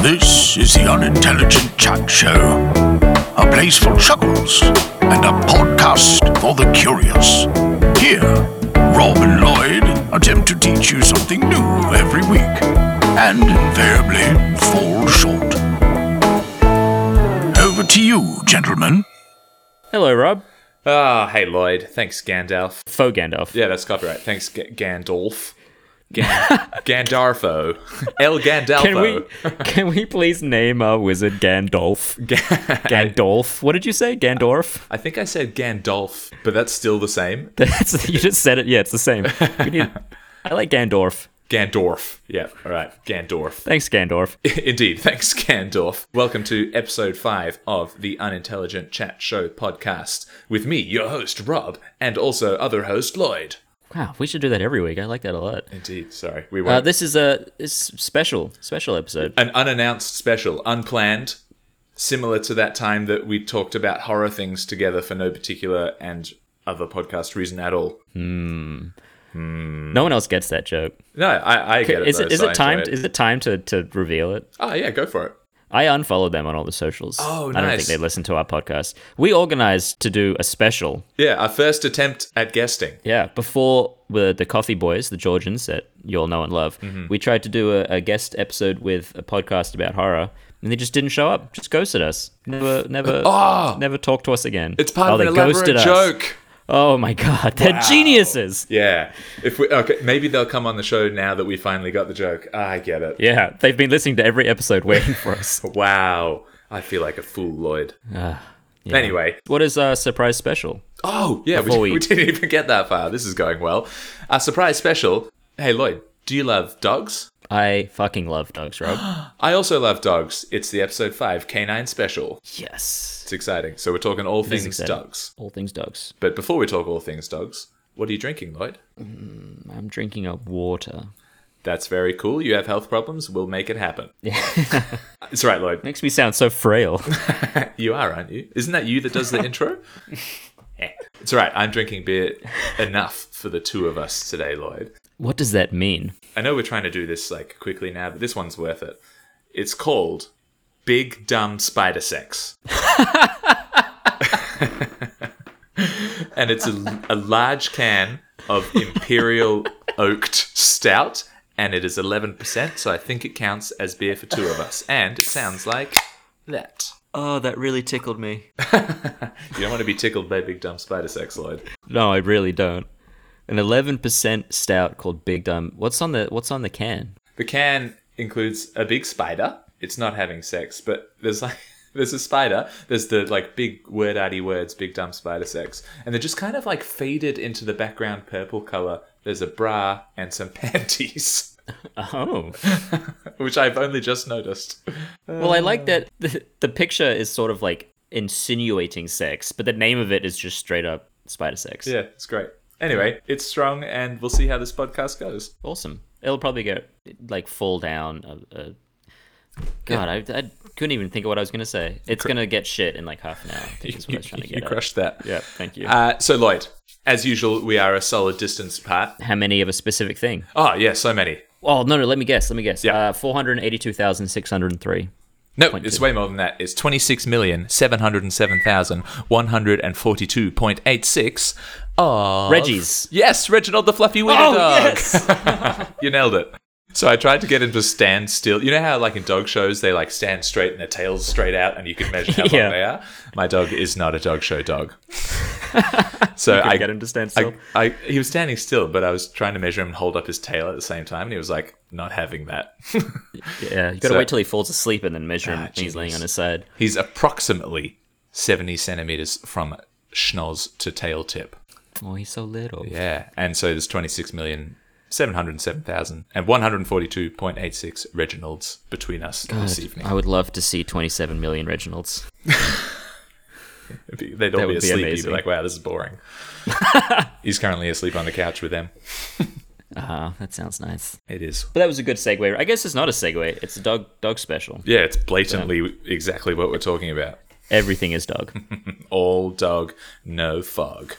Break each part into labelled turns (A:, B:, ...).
A: This is the Unintelligent Chat Show, a place for chuckles and a podcast for the curious. Here, Rob and Lloyd attempt to teach you something new every week and invariably fall short. Over to you, gentlemen.
B: Hello, Rob.
C: Ah, hey Lloyd. Thanks, Gandalf.
B: Faux Gandalf.
C: Yeah, that's copyright. Thanks, G- Gandalf. Gan- Gandarfo. El Gandalfo.
B: Can we can we please name our wizard Gandalf? Gandalf. What did you say? Gandorf?
C: I think I said Gandalf, but that's still the same.
B: That's you just said it. Yeah, it's the same. We need, I like Gandorf.
C: Gandorf. Yeah, all right. Gandorf.
B: Thanks, Gandorf.
C: Indeed. Thanks, Gandorf. Welcome to episode five of the Unintelligent Chat Show podcast with me, your host, Rob, and also other host, Lloyd.
B: Wow, we should do that every week. I like that a lot.
C: Indeed. Sorry. We
B: Uh,
C: won't.
B: this is a it's special special episode.
C: an unannounced special, unplanned, similar to that time that we talked about horror things together for no particular and other podcast reason at all.
B: No one else gets that joke.
C: No, I, I Mm. get it.
B: Is
C: though,
B: it is
C: so I
B: it
C: enjoy
B: time? Is it time to to reveal it?
C: oh yeah, go for it.
B: I unfollowed them on all the socials.
C: Oh,
B: I don't
C: nice.
B: think they listen to our podcast. We organized to do a special
C: Yeah, our first attempt at guesting.
B: Yeah, before the the Coffee Boys, the Georgians that you all know and love,
C: Mm-hmm.
B: we tried to do a, a guest episode with a podcast about horror, and they just didn't show up. Just ghosted us. Never, never,
C: Oh!
B: never talked to us again.
C: It's part
B: oh,
C: of
B: they
C: an elaborate
B: ghosted us.
C: joke.
B: Oh my god, they're geniuses.
C: Yeah, if we okay, maybe they'll come on the show now that we finally got the joke. I get it.
B: Yeah, they've been listening to every episode waiting for us.
C: Wow, I feel like a fool, Lloyd.
B: Ah,
C: Anyway,
B: what is our surprise special?
C: Oh, yeah, we,
B: Before we-
C: we didn't even get that far. This is going well. A surprise special. Hey, Lloyd, do you love dogs?
B: I fucking love dogs, Rob.
C: I also love dogs. It's the episode 5 canine special.
B: yes,
C: It's exciting. So we're talking all
B: is
C: things
B: exciting.
C: dogs.
B: all things dogs.
C: But before we talk all things dogs, what are you drinking, Lloyd?
B: I'm drinking a water.
C: That's very cool. You have health problems. We'll make it happen. it's right, Lloyd.
B: Makes me sound so frail.
C: You are, aren't you? Isn't that you that does the intro? Eh. it's all right. I'm drinking beer enough for the two of us today, Lloyd.
B: what does that mean?
C: I know we're trying to do this like quickly now, but this one's worth it. It's called Big Dumb Spider Sex. and it's a, a large can of Imperial Oaked Stout, and it is 11%, so I think it counts as beer for two of us. And it sounds like that.
B: Oh, that really tickled me.
C: You don't want to be tickled by Big Dumb Spider Sex, Lloyd.
B: No, I really don't. An eleven percent stout called Big Dumb. What's on the What's on the can?
C: The can includes a big spider. It's not having sex, but there's like there's a spider. There's the like big word arty words, big dumb spider sex, and they're just kind of like faded into the background purple color. There's a bra and some panties,
B: Oh,
C: which I've only just noticed.
B: well, I like that the, the picture is sort of like insinuating sex, but the name of it is just straight up spider sex.
C: Yeah, it's great. Anyway, it's strong, and we'll see how this podcast goes.
B: awesome. It'll probably go like fall down. A, a... God, I, I couldn't even think of what I was gonna say. It's gonna get shit in like half an hour. I think is what I was trying to
C: You
B: get. at.
C: crushed that.
B: Yeah, thank you.
C: Uh, so Lloyd, as usual, we are a solid distance apart.
B: How many of a specific thing?
C: Oh yeah, so many.
B: Oh no, no. Let me guess. Let me guess.
C: Yeah.
B: Uh, four hundred eighty-two thousand six hundred three.
C: No, it's way more than that. It's 26,707,142.86. Oh.
B: Reggie's.
C: Yes, Reginald the Fluffy Wiener
B: Oh,
C: Dog.
B: yes!
C: you nailed it. So I tried to get him to stand still. You know how, like in dog shows, they like stand straight and their tails straight out, and you can measure how
B: Yeah.
C: long they are. My dog is not a dog show dog. so I
B: I get him to stand still.
C: I, I, he was standing still, but I was trying to measure him and hold up his tail at the same time, and he was like, "Not having that."
B: Yeah, you gotta
C: So-
B: wait till he falls asleep and then measure him.
C: Ah,
B: when he's laying
C: genius.
B: on his side.
C: He's approximately 70 centimeters from schnoz to tail tip.
B: Oh, he's so little.
C: Yeah. And so there's 26 million. 707,000 and 142.86 Reginalds between us this evening.
B: I would love to see 27 million Reginalds.
C: It'd be- They'd all
B: would
C: be
B: be
C: asleep. You'd be
B: amazing.
C: like, wow, this is boring. He's currently asleep on the couch with them.
B: Ah, that sounds nice.
C: It is.
B: But that was a good segue. I guess it's not a segue. It's a dog dog special.
C: Yeah, it's blatantly exactly what we're talking about.
B: Everything is dog.
C: All dog, no fog.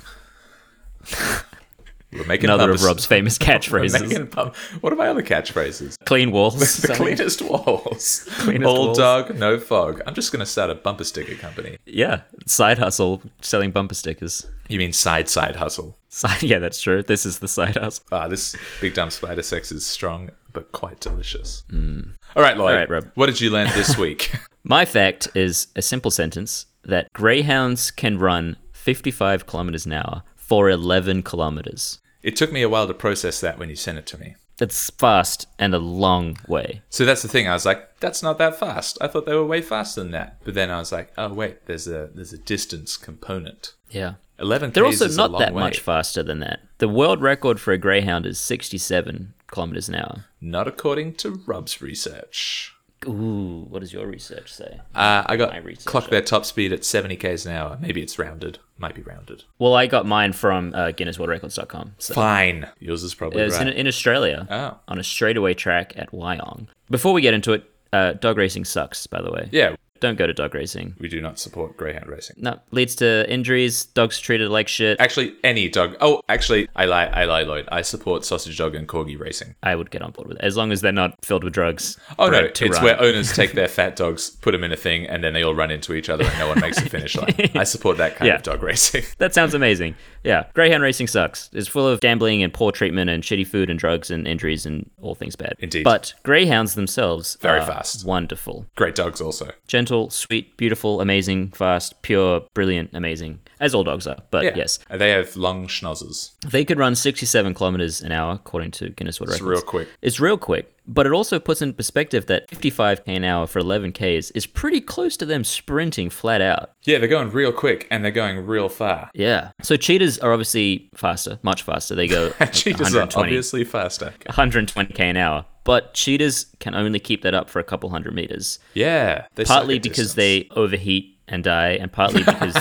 C: We're making
B: Another of
C: pumpers-
B: Rob's famous
C: we're
B: catchphrases.
C: making pump- What are my other catchphrases?
B: Clean walls.
C: The cleanest walls.
B: Cleanest
C: Old
B: walls.
C: dog, no fog. I'm just going to start a bumper sticker company.
B: yeah. Side hustle, selling bumper stickers.
C: You mean side side hustle?
B: Side, yeah, that's true. This is the side hustle.
C: Ah, this big dumb spider sex is strong but quite delicious. All right, Lloyd.
B: Hmm. All right, Rob.
C: What did you learn this week?
B: My fact is a simple sentence that greyhounds can run 55 kilometers an hour for 11 kilometers.
C: it took me a while to process that when you sent it to me.
B: That's fast and a long way.
C: So that's the thing. I was like, that's not that fast. I thought they were way faster than that. But then I was like, oh wait, there's a there's a distance component.
B: Yeah.
C: Eleven.
B: They're
C: Ks
B: also
C: is a
B: not
C: long
B: that
C: way.
B: much faster than that. The world record for a greyhound is 67 kilometers an hour.
C: Not according to Rob's research.
B: Ooh, what does your research say?
C: Uh, I got
B: My research.
C: clocked their top speed at seventy k's an hour. Maybe it's rounded. Might be rounded.
B: Well, I got mine from uh, GuinnessWorldRecords.com. So
C: Fine. Yours is probably
B: it was
C: right.
B: in, in Australia
C: Oh.
B: on a straightaway track at Wyong. Before we get into it, uh, dog racing sucks, by the way.
C: yeah,
B: Don't go to dog racing.
C: we do not support greyhound racing.
B: No, leads to injuries. Dogs treated like shit.
C: Actually, any dog. Oh, actually, I lie. I lie, Lloyd. I support sausage dog and corgi racing.
B: I would get on board with it as long as they're not filled with drugs.
C: Oh no,
B: bred
C: it's
B: to run.
C: where owners take their fat dogs, put them in a thing, and then they all run into each other, and no one makes a finish line. I support that kind
B: Yeah.
C: of dog racing.
B: That sounds amazing. Yeah, greyhound racing sucks. It's full of gambling and poor treatment and shitty food and drugs and injuries and all things bad.
C: Indeed.
B: But greyhounds themselves
C: Very
B: are
C: fast.
B: wonderful,
C: Great dogs, also.
B: gentle, sweet, beautiful, amazing, fast, pure, brilliant, amazing, as all dogs are. But
C: Yeah.
B: yes,
C: And they have long schnozzers.
B: they could run 67 kilometers an hour according to Guinness World
C: It's
B: Records.
C: real quick.
B: It's real quick, but it also puts in perspective that 55 k an hour for 11 k's is pretty close to them sprinting flat out.
C: Yeah, they're going real quick, and they're going real far.
B: Yeah. So cheetahs are obviously faster, much faster. They go like
C: Cheetahs are
B: 120,
C: obviously faster.
B: 120 k an hour, but cheetahs can only keep that up for a couple hundred meters,
C: Yeah, they suck
B: partly
C: at
B: because they
C: distance.
B: overheat and die, and partly because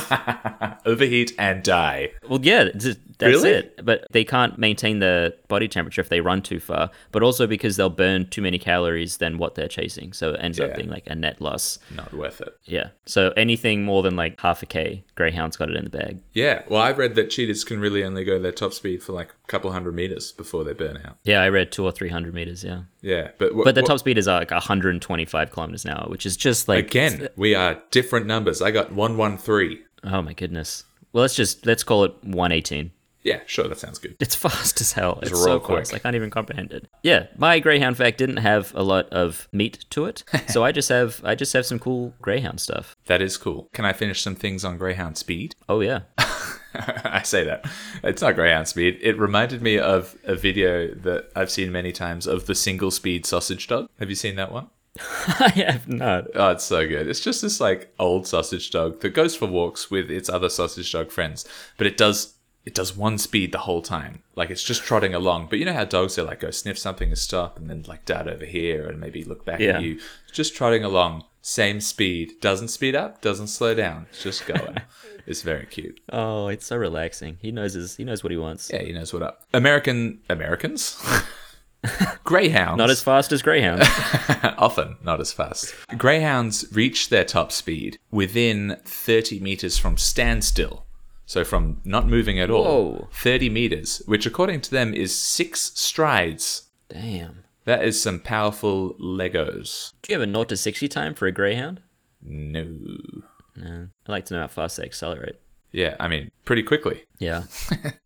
C: overheat and die.
B: Well, yeah, it's just- that's
C: Really?
B: it. But they can't maintain the body temperature if they run too far, but also because they'll burn too many calories than what they're chasing. So it ends
C: Yeah.
B: up being like a net loss.
C: Not worth it.
B: Yeah. So anything more than like half a K, Greyhound's got it in the bag.
C: Yeah, well, I've read that cheetahs can really only go their top speed for like a couple hundred meters before they burn out.
B: Yeah, I read two or 300 meters. Yeah.
C: Yeah, but wh-
B: But the
C: wh-
B: top speed is like 125 kilometers an hour, which is just like.
C: again, we are different numbers. I got one one three.
B: Oh, my goodness. Well, let's just, let's call it 118.
C: Yeah, sure, that sounds good.
B: It's fast as hell. It's,
C: real
B: so
C: quick.
B: fast. I can't even comprehend it. Yeah, my greyhound fact didn't have a lot of meat to it, so I just have I just have some cool greyhound stuff.
C: That is cool. Can I finish some things on Greyhound speed?
B: Oh yeah,
C: I say that it's not Greyhound speed. It reminded me of a video that I've seen many times of the single speed sausage dog. Have you seen that one?
B: I have not.
C: Oh, it's so good. It's just this like old sausage dog that goes for walks with its other sausage dog friends, but it does it does one speed the whole time. Like it's just trotting along. But you know how dogs are like go sniff something and stop and then like dart over here and maybe look back
B: Yeah.
C: at you. It's Just trotting along, same speed, doesn't speed up, doesn't slow down. It's just going. it's very cute.
B: Oh, it's so relaxing. He knows his he knows what he wants.
C: Yeah, he knows what up. American Americans? Greyhounds.
B: Not as fast as greyhounds.
C: often not as fast. Greyhounds reach their top speed within 30 meters from standstill. So from not moving at all,
B: Whoa.
C: 30 meters, which according to them is six strides.
B: Damn.
C: That is some powerful Legos.
B: Do you have a naught to sixty time for a greyhound?
C: No.
B: No. I like to know how fast they accelerate.
C: Yeah, I mean, pretty quickly.
B: Yeah.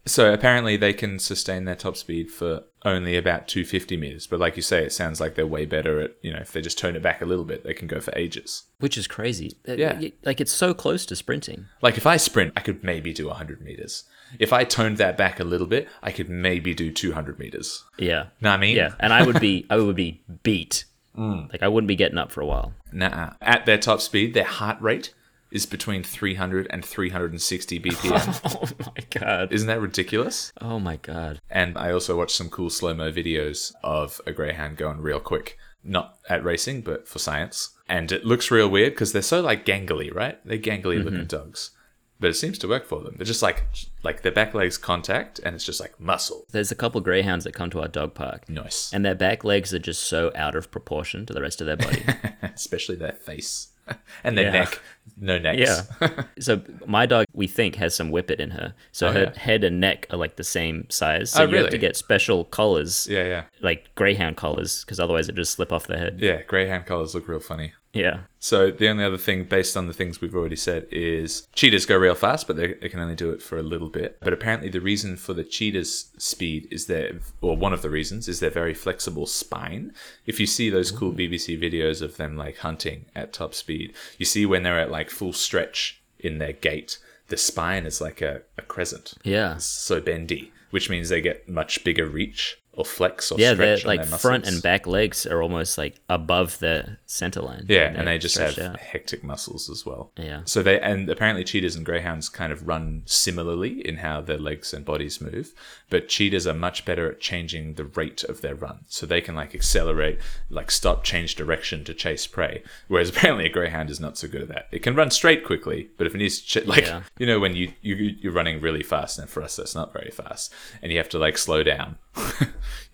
C: So apparently they can sustain their top speed for only about 250 meters. But like you say, it sounds like they're way better at, you know, if they just tone it back a little bit, they can go for ages.
B: Which is crazy. Uh,
C: Yeah.
B: y- Like it's so close to sprinting.
C: Like if I sprint, I could maybe do 100 meters. If I toned that back a little bit, I could maybe do 200 meters.
B: Yeah.
C: Know what I mean?
B: Yeah. And I would be I would be beat.
C: Mm.
B: Like I wouldn't be getting up for a while.
C: Nah. At their top speed, their heart rate is between 300 and 360 BPM.
B: Oh my god.
C: Isn't that ridiculous?
B: Oh my god.
C: And I also watched some cool slow mo videos of a greyhound going real quick, not at racing, but for science. And it looks real weird because they're so like gangly, right? They're gangly looking dogs, but it seems to work for them. They're just like like their back legs contact, and it's just like muscle.
B: There's a couple greyhounds that come to our dog park,
C: Nice,
B: and their back legs are just so out of proportion to the rest of their body.
C: especially their face. and the
B: Yeah.
C: neck. No necks.
B: Yeah. so my dog, we think, has some whippet in her. So
C: Oh,
B: her
C: yeah.
B: head and neck are like the same size. So
C: Oh,
B: you have to
C: really?
B: get special collars,
C: yeah, yeah.
B: like greyhound collars, because otherwise it just slip off the head.
C: Yeah, greyhound collars look real funny.
B: Yeah.
C: So the only other thing, based on the things we've already said, is cheetahs go real fast, but they, they can only do it for a little bit. But apparently, the reason for the cheetah's speed is their, or one of the reasons, is their very flexible spine. If you see those cool BBC videos of them like hunting at top speed, you see when they're at like full stretch in their gait, the spine is like a, a crescent.
B: Yeah.
C: So bendy, which means they get much bigger reach or flex or
B: Yeah, their
C: stretch on
B: like
C: their
B: front
C: muscles.
B: and back legs are almost like above the center line.
C: Yeah,
B: they're
C: and they just have
B: stretched out.
C: hectic muscles as well.
B: Yeah.
C: So they and apparently cheetahs and greyhounds kind of run similarly in how their legs and bodies move, but cheetahs are much better at changing the rate of their run. So they can like accelerate, like stop, change direction to chase prey. Whereas apparently a greyhound is not so good at that. It can run straight quickly, but if it needs to ch- like
B: Yeah.
C: you know when you, you you're running really fast, and for us that's not very fast, and you have to like slow down.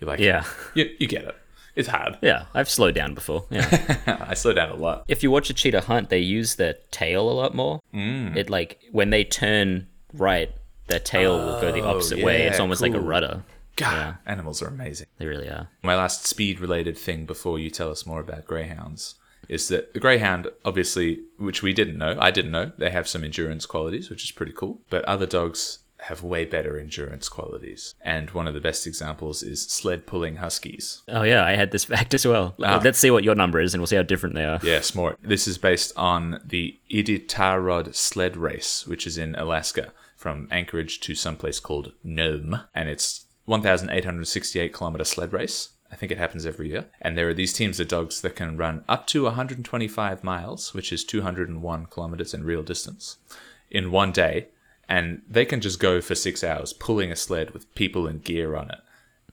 C: you're like
B: Yeah.
C: you, you get it. It's hard.
B: Yeah, I've slowed down before. Yeah.
C: I slow down a lot.
B: if you watch a cheetah hunt, they use their tail a lot more. Mm. It like when they turn right, their tail will go the opposite way. It's
C: Oh, yeah,
B: almost like a
C: cool.
B: rudder.
C: God, animals are amazing.
B: They really are.
C: My last speed related thing before you tell us more about greyhounds is that the greyhound, obviously, which we didn't know, I didn't know, they have some endurance qualities, which is pretty cool. But other dogs have way better endurance qualities. And one of the best examples is sled pulling huskies.
B: Oh yeah, I had this fact as well. Let's see what your number is, and we'll see how different they are.
C: Ah. Yeah, Smort. This is based on the Iditarod sled race, which is in Alaska, from Anchorage to someplace called Nome, and it's 1,868 kilometer sled race. I think it happens every year. And there are these teams of dogs that can run up to 125 miles, which is 201 kilometers in real distance, in one day. And they can just go for six hours pulling a sled with people and gear on it.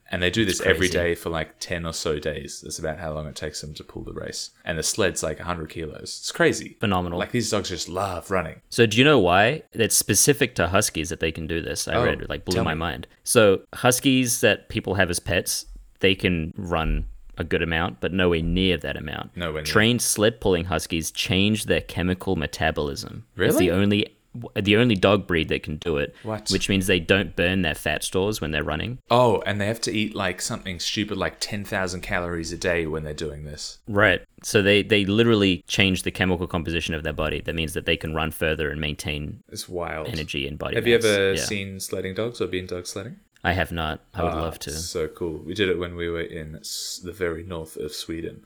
C: And they do this every
B: crazy.
C: day for like 10 or so days. That's about how long it takes them to pull the race. And the sled's like 100 kilos. It's crazy.
B: Phenomenal.
C: Like these dogs just love running.
B: So do you know why? It's specific to huskies that they can do this. I
C: Oh,
B: read it like blew
C: tell
B: my
C: me.
B: mind. So huskies that people have as pets, they can run a good amount, but nowhere near that amount.
C: Nowhere near.
B: Trained sled pulling huskies change their chemical metabolism. It's
C: Really?
B: the only the only dog breed that can do it.
C: What?
B: Which means they don't burn their fat stores when they're running.
C: Oh, and they have to eat like something stupid like 10,000 calories a day when they're doing this.
B: Right. So they they literally change the chemical composition of their body. That means that they can run further and maintain
C: It's wild.
B: energy and body.
C: Have you
B: mass.
C: ever
B: Yeah.
C: seen Uh, sledding dogs or been dog sledding?
B: I have not. I would love to.
C: Ah, So cool. We did it when we were in s- the very north of Sweden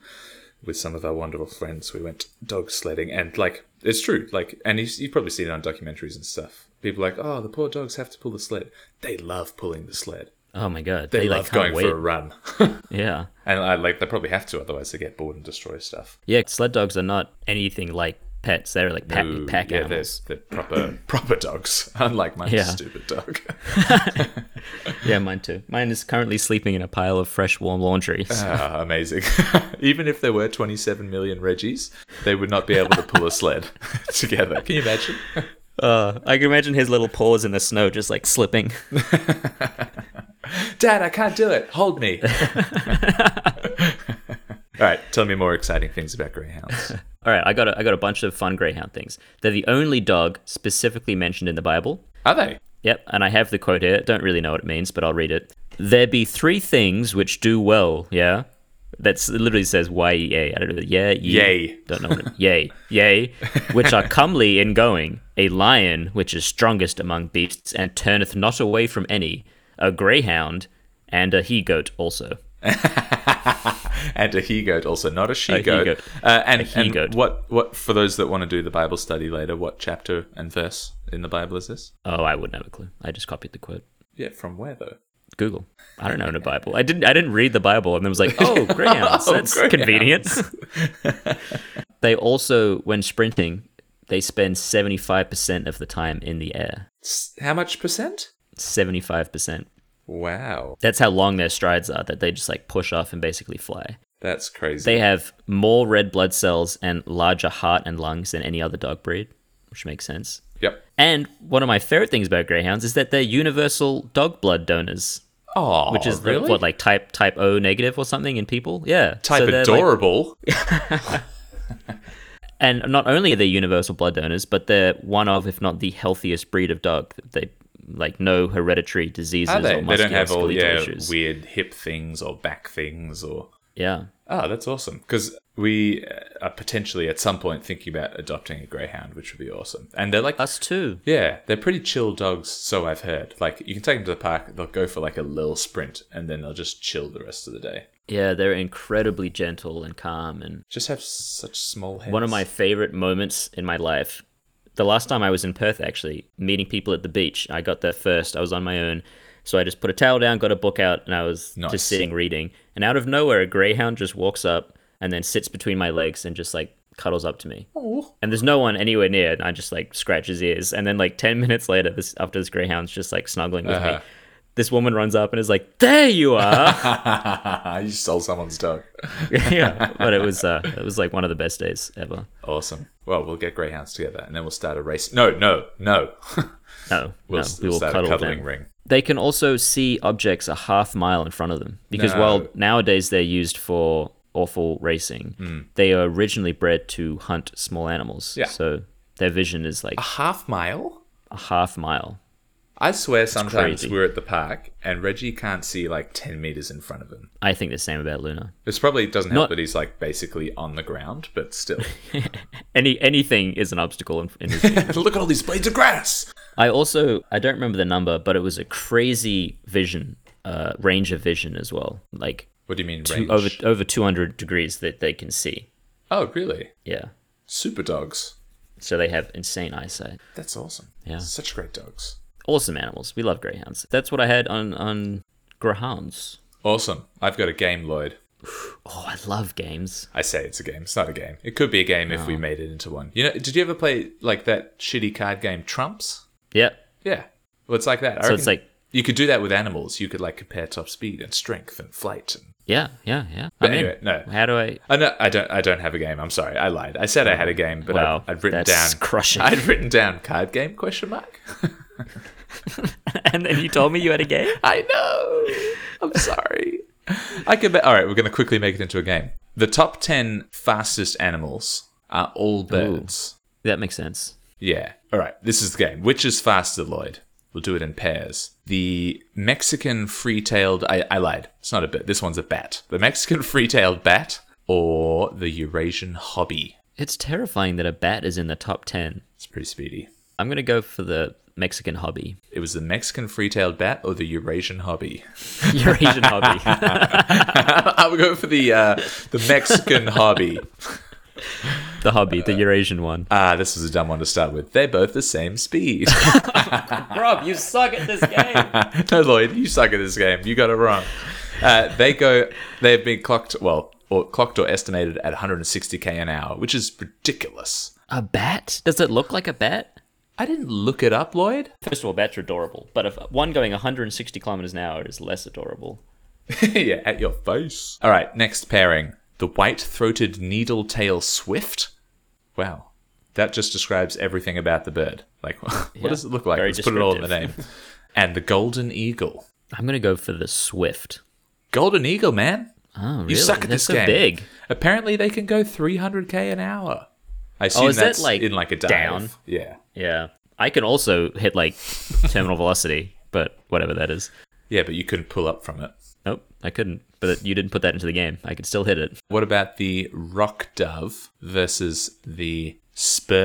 C: with some of our wonderful friends. We went dog sledding, and like it's true. Like, and you've, you've probably seen it on documentaries and stuff. People are like, oh, the poor dogs have to pull the sled. They love pulling the sled.
B: Oh my god,
C: They,
B: they, like
C: love
B: can't
C: going
B: wait.
C: for a run.
B: Yeah,
C: and I, like, they probably have to, otherwise they get bored and destroy stuff.
B: yeah. Sled dogs are not anything like pets. They're like pack,
C: Ooh,
B: pack
C: yeah,
B: animals.
C: they're, they're proper proper dogs, unlike my
B: Yeah.
C: stupid dog.
B: Yeah, mine too. Mine is currently sleeping in a pile of fresh, warm laundry.
C: Ah, amazing. Even if there were 27 million Reggies, they would not be able to pull a sled together. Can you imagine?
B: Uh, I can imagine his little paws in the snow, just like slipping.
C: Dad, I can't do it. Hold me. All right, tell me more exciting things about greyhounds.
B: All right, I got a, I got a bunch of fun greyhound things. They're the only dog specifically mentioned in the Bible.
C: Are they?
B: Yep, and I have the quote here. Don't really know what it means, but I'll read it. There be three things which do well. Yeah, that's it literally says Y E A. I don't know. Yeah, ye.
C: Yea.
B: Don't know. What it, yay, yay, which are comely in going. A lion, which is strongest among beasts, and turneth not away from any. A greyhound, and a he goat also.
C: And a he goat, also not a she
B: A
C: goat.
B: he-goat.
C: Uh, and, and
B: he-goat.
C: what? What for those that want to do the Bible study later? What chapter and verse in the Bible is this?
B: Oh, I wouldn't have a clue. I just copied the quote.
C: Yeah, from where though?
B: Google. I don't know the Bible. I didn't. I didn't read the Bible, and then was like, "Oh, greyhounds.
C: Oh,
B: That's
C: greyhounds.
B: convenient." they also, when sprinting, they spend seventy-five percent of the time in the air.
C: S- How much percent?
B: Seventy-five percent.
C: Wow,
B: That's how long their strides are. That they just like push off and basically fly.
C: that's crazy.
B: They have more red blood cells and larger heart and lungs than any other dog breed, which makes sense.
C: yep.
B: And one of my favorite things about greyhounds is that they're universal dog blood donors.
C: Oh,
B: which is the-
C: really?
B: what like type type O negative or something in people. Yeah,
C: type
B: So they're, like-
C: adorable.
B: And not only are they universal blood donors, but they're one of, if not the healthiest breed of dog. They like no hereditary diseases
C: Are they?
B: or
C: They don't have all
B: musculoskeletal
C: yeah,
B: issues.
C: weird hip things or back things or.
B: yeah.
C: Oh, that's awesome. Because we uh, are potentially at some point thinking about adopting a greyhound, which would be awesome. And they're like,
B: Us too.
C: yeah, they're pretty chill dogs, so I've heard. Like, you can take them to the park, they'll go for like a little sprint, and then they'll just chill the rest of the day.
B: Yeah, they're incredibly gentle and calm and
C: Just have such small heads.
B: One of my favorite moments in my life. The last time I was in Perth, actually, meeting people at the beach, I got there first. I was on my own. So I just put a towel down, got a book out, and I was
C: Nice.
B: just sitting reading. And out of nowhere, a greyhound just walks up and then sits between my legs and just like cuddles up to me. And there's no one anywhere near. And I just like scratch his ears. And then, like 10 minutes later, this after this greyhound's just like snuggling with
C: Uh-huh.
B: me, this woman runs up and is like, There you are.
C: you stole someone's dog.
B: yeah. But it was, uh, it was like one of the best days ever.
C: Awesome. Well, we'll get greyhounds together, and then we'll start a race. No, no, no.
B: No,
C: we'll
B: no,
C: s-
B: we will
C: start
B: cuddle
C: a cuddling
B: them.
C: ring.
B: They can also see objects a half mile in front of them because
C: No.
B: while nowadays they're used for awful racing, they are originally bred to hunt small animals.
C: Hmm. Yeah.
B: So their vision is like
C: A half mile?
B: a half mile.
C: I swear sometimes
B: crazy.
C: we're at the park and Reggie can't see like 10 meters in front of him.
B: I think the same about Luna.
C: This probably doesn't help
B: Not-
C: that he's like basically on the ground, but still.
B: Any anything is an obstacle in, in his view.
C: Look at all these blades of grass!
B: I also I don't remember the number, but it was a crazy vision, uh, range of vision as well, like
C: What do you mean,
B: two,
C: range?
B: over over two hundred degrees that they can see.
C: oh, really?
B: Yeah,
C: Super dogs.
B: so they have insane eyesight.
C: That's awesome.
B: Yeah.
C: Such great dogs.
B: awesome animals. We love greyhounds. That's what I had on on greyhounds.
C: Awesome. I've got a game, Lloyd.
B: Oh, I love games.
C: I say it's a game. It's not a game. It could be a game if we made it into one. You know, did you ever play like that shitty card game Trumps?
B: Yep.
C: Yeah. Well, it's like that. I
B: So it's
C: reckon
B: like-
C: you could do that with animals. You could like compare top speed and strength and flight. And...
B: Yeah, yeah, yeah.
C: But
B: I'm in.
C: anyway, no.
B: How do I?
C: I no, I don't. I don't have a game. I'm sorry. I lied. I said I had a game, but
B: Wow,
C: I, I'd written
B: that's
C: down
B: crushing.
C: I'd written down card game question mark.
B: and then you told me you had a game.
C: I know. I'm sorry. I could bet. All right, we're going to quickly make it into a game. The top ten fastest animals are all birds.
B: That makes sense.
C: Yeah. All right. This is the game. Which is faster, Lloyd? We'll do it in pairs. The Mexican free-tailed. I, I lied. It's not a bit. This one's a bat. The Mexican free-tailed bat or the Eurasian hobby.
B: It's terrifying that a bat is in the top ten.
C: It's pretty speedy.
B: I'm gonna go for the Mexican hobby,
C: It was the Mexican free-tailed bat or the Eurasian hobby.
B: Eurasian hobby.
C: I would go for the uh, the Mexican hobby.
B: The hobby, the Eurasian one.
C: Ah, this is a dumb one to start with. They're both the same speed.
B: Rob, you suck at this game.
C: no, Lloyd, you suck at this game. You got it wrong. Uh, they go. They've been clocked. Well, or clocked or estimated at 160k an hour, which is ridiculous.
B: a bat? Does it look like a bat?
C: I didn't look it up, Lloyd.
B: First of all, bats are adorable, but if one going 160 kilometers an hour is less adorable.
C: yeah, at your face. All right, next pairing: the white-throated needle-tail swift. Wow, that just describes everything about the bird. Like, what does it look like?
B: very
C: Let's put it all in the name. and the golden eagle.
B: I'm gonna go for the Swift.
C: Golden eagle, man.
B: Oh, really?
C: You suck
B: That's
C: at this
B: so
C: game.
B: big.
C: Apparently, they can go 300k an hour. I assume
B: Oh, is that,
C: that's
B: like,
C: in like a dive.
B: down?
C: Yeah,
B: Yeah. I can also hit like terminal velocity, but whatever that is.
C: yeah, but you couldn't pull up from it.
B: Nope, I couldn't. But you didn't put that into the game. I could still hit it.
C: What about the rock dove versus the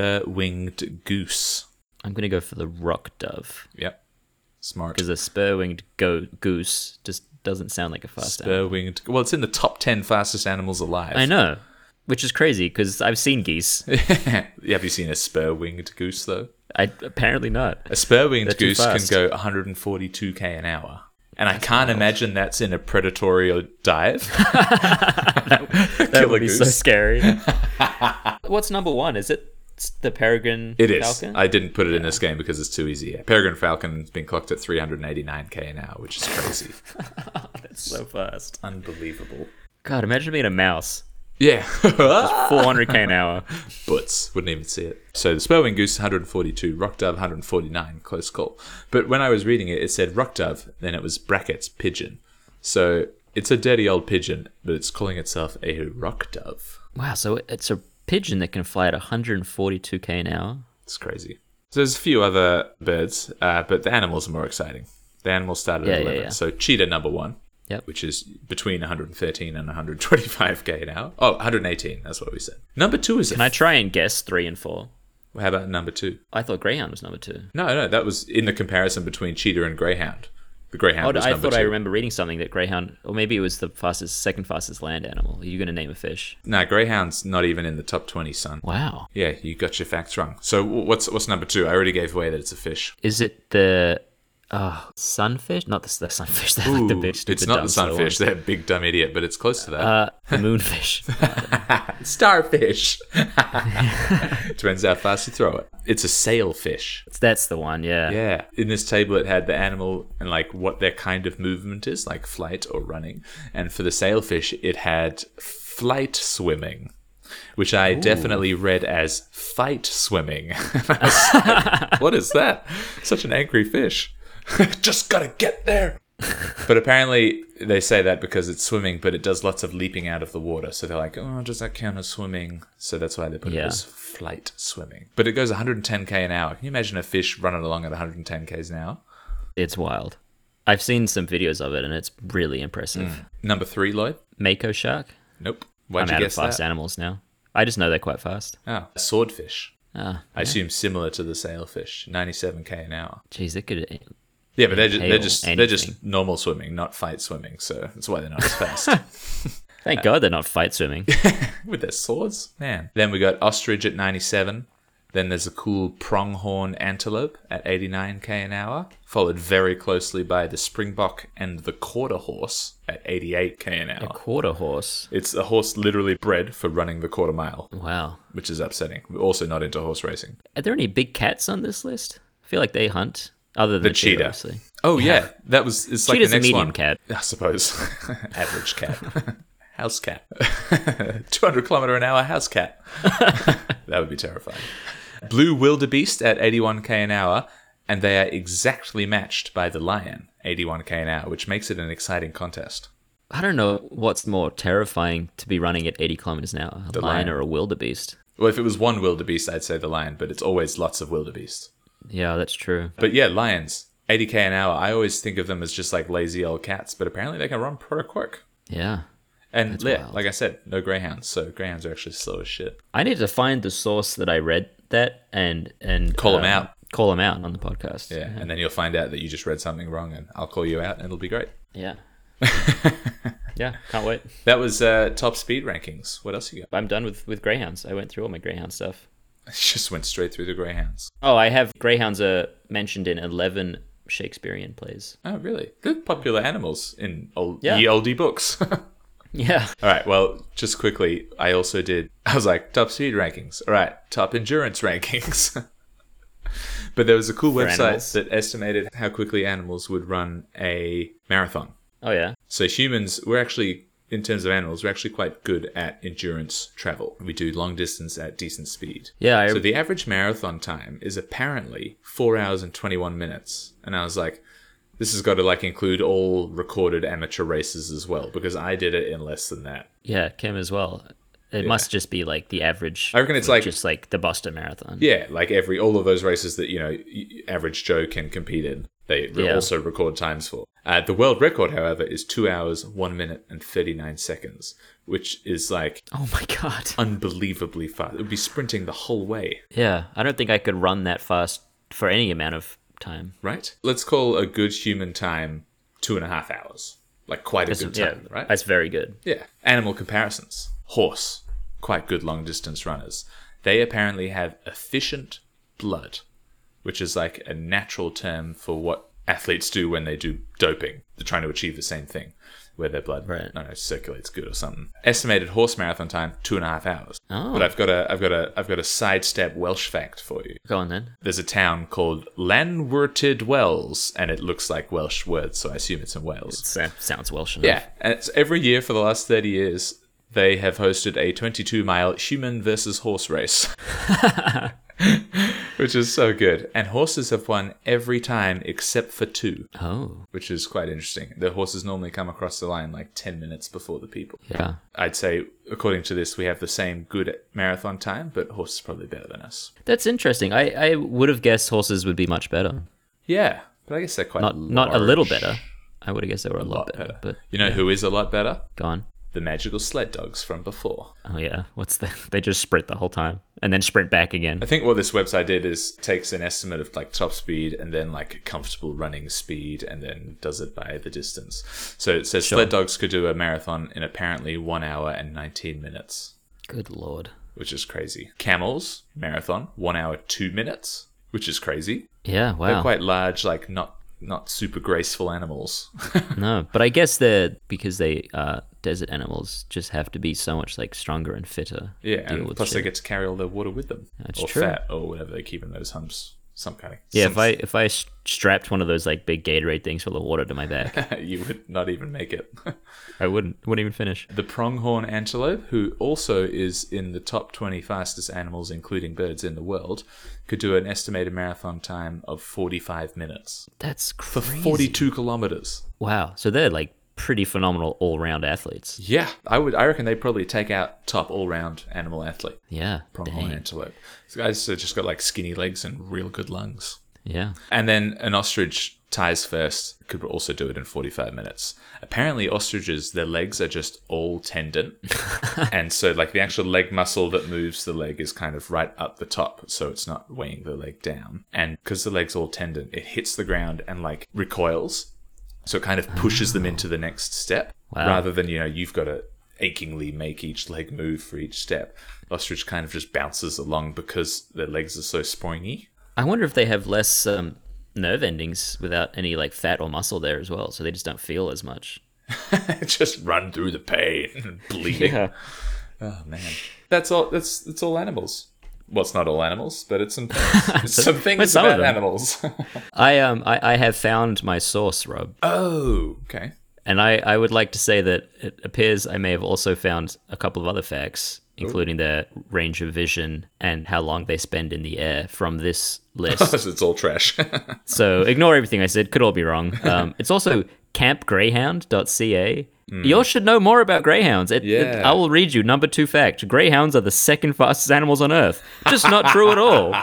C: spur-winged goose?
B: I'm gonna go for the rock dove
C: Yep, smart.
B: because a spur-winged go- goose just doesn't sound like a fast animal.
C: Spur-winged. Well, it's in the top ten fastest animals alive.
B: I know, which is crazy because I've seen geese.
C: Have you seen a spur-winged goose though?
B: I apparently not.
C: A spur-winged
B: They're too
C: goose can
B: fast.
C: go 142k an hour. And I can't imagine that's in a predatory dive.
B: That
C: Kill a
B: would be so
C: goose.
B: scary. What's number one? Is it the peregrine?
C: It is.
B: Falcon?
C: I didn't put it in this game because it's too easy. Yeah. Peregrine Falcon's been clocked at 389k an hour, which is crazy.
B: so fast.
C: Unbelievable.
B: God, imagine being a mouse.
C: Yeah.
B: 400k an hour.
C: Butts. Wouldn't even see it. So the Spurwing Goose, 142. Rock Dove, 149. Close call. But when I was reading it, it said Rock Dove, then it was brackets pigeon. So it's a dirty old pigeon, but it's calling itself a Rock Dove.
B: Wow, so it's a pigeon that can fly at 142k an hour.
C: It's crazy. So there's a few other birds, uh, but the animals are more exciting. The animals started
B: Yeah,
C: at
B: yeah,
C: 11.
B: yeah.
C: So cheetah number one,
B: Yep.
C: which is between 113 and 125k an hour. Oh, 118. That's what we said. Number two is.
B: Can I try and guess three and four?
C: How about number two?
B: I thought greyhound was number two.
C: No, no, that was in the comparison between cheetah and greyhound. The greyhound
B: Oh,
C: was
B: I
C: number
B: thought
C: two.
B: I remember reading something that greyhound, or maybe it was the fastest, second fastest land animal. You're gonna name a fish.
C: no, greyhound's not even in the top 20, son.
B: Wow.
C: Yeah, you got your facts wrong. So w- what's what's number two? I already gave away that it's a fish.
B: Is it the oh, sunfish? Not the, the sunfish. They're like the
C: Ooh,
B: big,
C: it's
B: stupid
C: not
B: dumb
C: the
B: slow
C: sunfish.
B: ones.
C: They're big dumb idiot, but it's close to that.
B: Uh, the moonfish.
C: Starfish. Depends how fast you throw it. It's a sailfish.
B: That's the one. Yeah.
C: Yeah. In this table, it had the animal and like what their kind of movement is, like flight or running. And for the sailfish, it had flight swimming, which I definitely read as fight swimming. I was like, what is that? Such an angry fish. Just gotta get there. but apparently they say that because it's swimming, but it does lots of leaping out of the water. So they're like, oh, does that count as swimming? So that's why they put it
B: Yeah.
C: as flight swimming. But it goes 110k an hour. Can you imagine a fish running along at 110k's an hour?
B: It's wild. I've seen some videos of it, and it's really impressive.
C: Number three, Lloyd?
B: Mako shark.
C: Nope.
B: I'm
C: Why'd you
B: out of
C: guess
B: fast
C: that?
B: animals now. I just know they're quite fast.
C: Oh, a swordfish.
B: Ah,
C: I assume similar to the sailfish, 97k an hour.
B: jeez, it could.
C: Yeah, but they're just, they're
B: Hail
C: just they're just
B: anything.
C: normal swimming, not fight swimming. So that's why they're not as fast. Uh,
B: Thank God they're not fight swimming.
C: with their swords. Man. Then we got ostrich at 97. Then there's a cool pronghorn antelope at 89k an hour, followed very closely by the springbok and the quarter horse at 88k an
B: A
C: hour.
B: quarter horse.
C: It's a horse literally bred for running the quarter mile,
B: Wow.
C: which is upsetting. We're also not into horse racing.
B: Are there any big cats on this list? I feel like they hunt, other than the,
C: cheetah.
B: obviously.
C: Oh yeah, that was it's like
B: Cheetah's
C: the
B: a
C: next
B: medium
C: one.
B: cat.
C: I suppose. Average cat. house cat. 200 kilometer an hour house cat. that would be terrifying. Blue wildebeest at 81k an hour, and they are exactly matched by the lion, 81k an hour, which makes it an exciting contest.
B: I don't know what's more terrifying to be running at 80 kilometers an hour, a lion,
C: lion.
B: or a wildebeest.
C: Well, if it was one wildebeest, I'd say the lion, but it's always lots of wildebeest.
B: Yeah, that's true.
C: But yeah, lions, 80k an hour. I always think of them as just like lazy old cats, but apparently they can run pretty quick.
B: Yeah.
C: And yeah,
B: wild.
C: like I said, no greyhounds, so greyhounds are actually slow as shit.
B: I need to find the source that I read that and and
C: Call 'em
B: um,
C: out.
B: Call them out on the podcast.
C: Yeah, and then you'll find out that you just read something wrong, and I'll call you out, and it'll be great.
B: Yeah. yeah. Can't wait.
C: That was uh, top speed rankings. What else you got?
B: I'm done with with greyhounds. I went through all my greyhound stuff.
C: just went straight through the greyhounds.
B: Oh, I have greyhounds are mentioned in 11 Shakespearean plays.
C: Oh, really? They're popular animals in old
B: Yeah.
C: ye oldie books. All
B: Yeah.
C: right. Well, just quickly, I also did. I was like top speed rankings. All right, top endurance rankings. but there was a cool website
B: animals?
C: that estimated how quickly animals would run a marathon.
B: Oh yeah.
C: So humans, we're actually, in terms of animals, we're actually quite good at endurance travel. We do long distance at decent speed.
B: Yeah, I-
C: so the average marathon time is apparently four hours and twenty-one minutes, and I was like, this has got to like include all recorded amateur races as well, because I did it in less than that.
B: Yeah, Kim as well. It must just be like the average.
C: I reckon it's
B: for
C: like-
B: just like the Boston Marathon.
C: Yeah, like every all of those races that you know y- average Joe can compete in, they re-
B: Yeah.
C: also record times for. Uh, the world record, however, is two hours one minute and thirty-nine seconds, which is like
B: Oh my god.
C: unbelievably fast. It would be sprinting the whole way,
B: Yeah, I don't think I could run that fast for any amount of time.
C: right? Let's call a good human time two and a half hours. Like quite a good
B: yeah,
C: time, right?
B: That's very good.
C: yeah. Animal comparisons. Horse, quite good long distance runners. They apparently have efficient blood, which is like a natural term for what athletes do when they do doping. They're trying to achieve the same thing, where their blood
B: Right.
C: I don't know, circulates good or something. Estimated horse marathon time two and a half hours.
B: Oh.
C: But I've got a I've got a I've got a sidestep Welsh fact for you.
B: Go on then.
C: there's a town called Lanwerted Wells, and it looks like Welsh words, so I assume it's in Wales.
B: So, sounds Welsh enough.
C: Yeah, and it's every year for the last 30 years, they have hosted a 22 mile human versus horse race. which is so good. And horses have won every time except for two,
B: Oh,
C: which is quite interesting. The horses normally come across the line like 10 minutes before the people.
B: yeah.
C: I'd say, according to this, we have the same good marathon time, but horses probably better than us.
B: That's interesting. I, I would have guessed horses would be much better.
C: Yeah, but I guess they're quite
B: Not not a little
C: large.
B: better. I would have guessed they were a lot, better, But
C: You know who is a lot better?
B: gone.
C: The magical sled dogs from before.
B: Oh yeah. What's that? They just sprint the whole time and then sprint back again.
C: I think what this website did is takes an estimate of like top speed and then like comfortable running speed and then does it by the distance. So it says sled dogs could do a marathon in apparently one hour and 19 minutes,
B: Good lord.
C: which is crazy. Camels, marathon, one hour, two minutes, which is crazy.
B: Yeah.
C: They're
B: Wow.
C: quite large, like not not super graceful animals.
B: No, but I guess they're because they are desert animals. Just have to be so much like stronger and fitter. to
C: yeah,
B: deal
C: and
B: with
C: plus they
B: shit.
C: get to carry all their water with them.
B: That's
C: or
B: true.
C: fat or whatever they keep in those humps. Some kind of
B: Yeah, if I if I s- strapped one of those like big Gatorade things full of water to my back,
C: you would not even make it.
B: I wouldn't wouldn't even finish.
C: the pronghorn antelope, who also is in the top 20 fastest animals, including birds, in the world, could do an estimated marathon time of 45 minutes
B: That's
C: for
B: crazy.
C: 42 kilometers.
B: Wow. So they're like pretty phenomenal all round athletes.
C: Yeah, I would. I reckon they probably take out top all-round animal athlete.
B: Yeah.
C: Pronghorn
B: Dang.
C: antelope. These guys have just got like skinny legs and real good lungs.
B: Yeah.
C: And then an ostrich ties first could also do it in 45 minutes. Apparently, ostriches, their legs are just all tendon. and so, like, the actual leg muscle that moves the leg is kind of right up the top. So it's not weighing the leg down. And because the leg's all tendon, it hits the ground and, like, recoils. So it kind of pushes them into the next step
B: Wow.
C: rather than, you know, you've got to achingly make each leg move for each step. Ostrich kind of just bounces along because their legs are so springy.
B: I wonder if they have less um, nerve endings without any like fat or muscle there as well, so they just don't feel as much.
C: just run through the pain and bleeding. Oh man, that's all. That's that's all animals. Well, it's not all animals, but it's some things, it's some
B: but
C: things
B: some of
C: about
B: them.
C: animals.
B: I um I, I have found my source, Rob,
C: oh, okay.
B: and I I would like to say that it appears I may have also found a couple of other facts, including their range of vision and how long they spend in the air from this list.
C: it's all trash.
B: So ignore everything I said. Could all be wrong. Um, it's also campgreyhound.ca. You all should know more about greyhounds. It, it-
C: Hmm. Yeah.
B: I will read you number two fact. Greyhounds are the second fastest animals on earth. Just not true at all.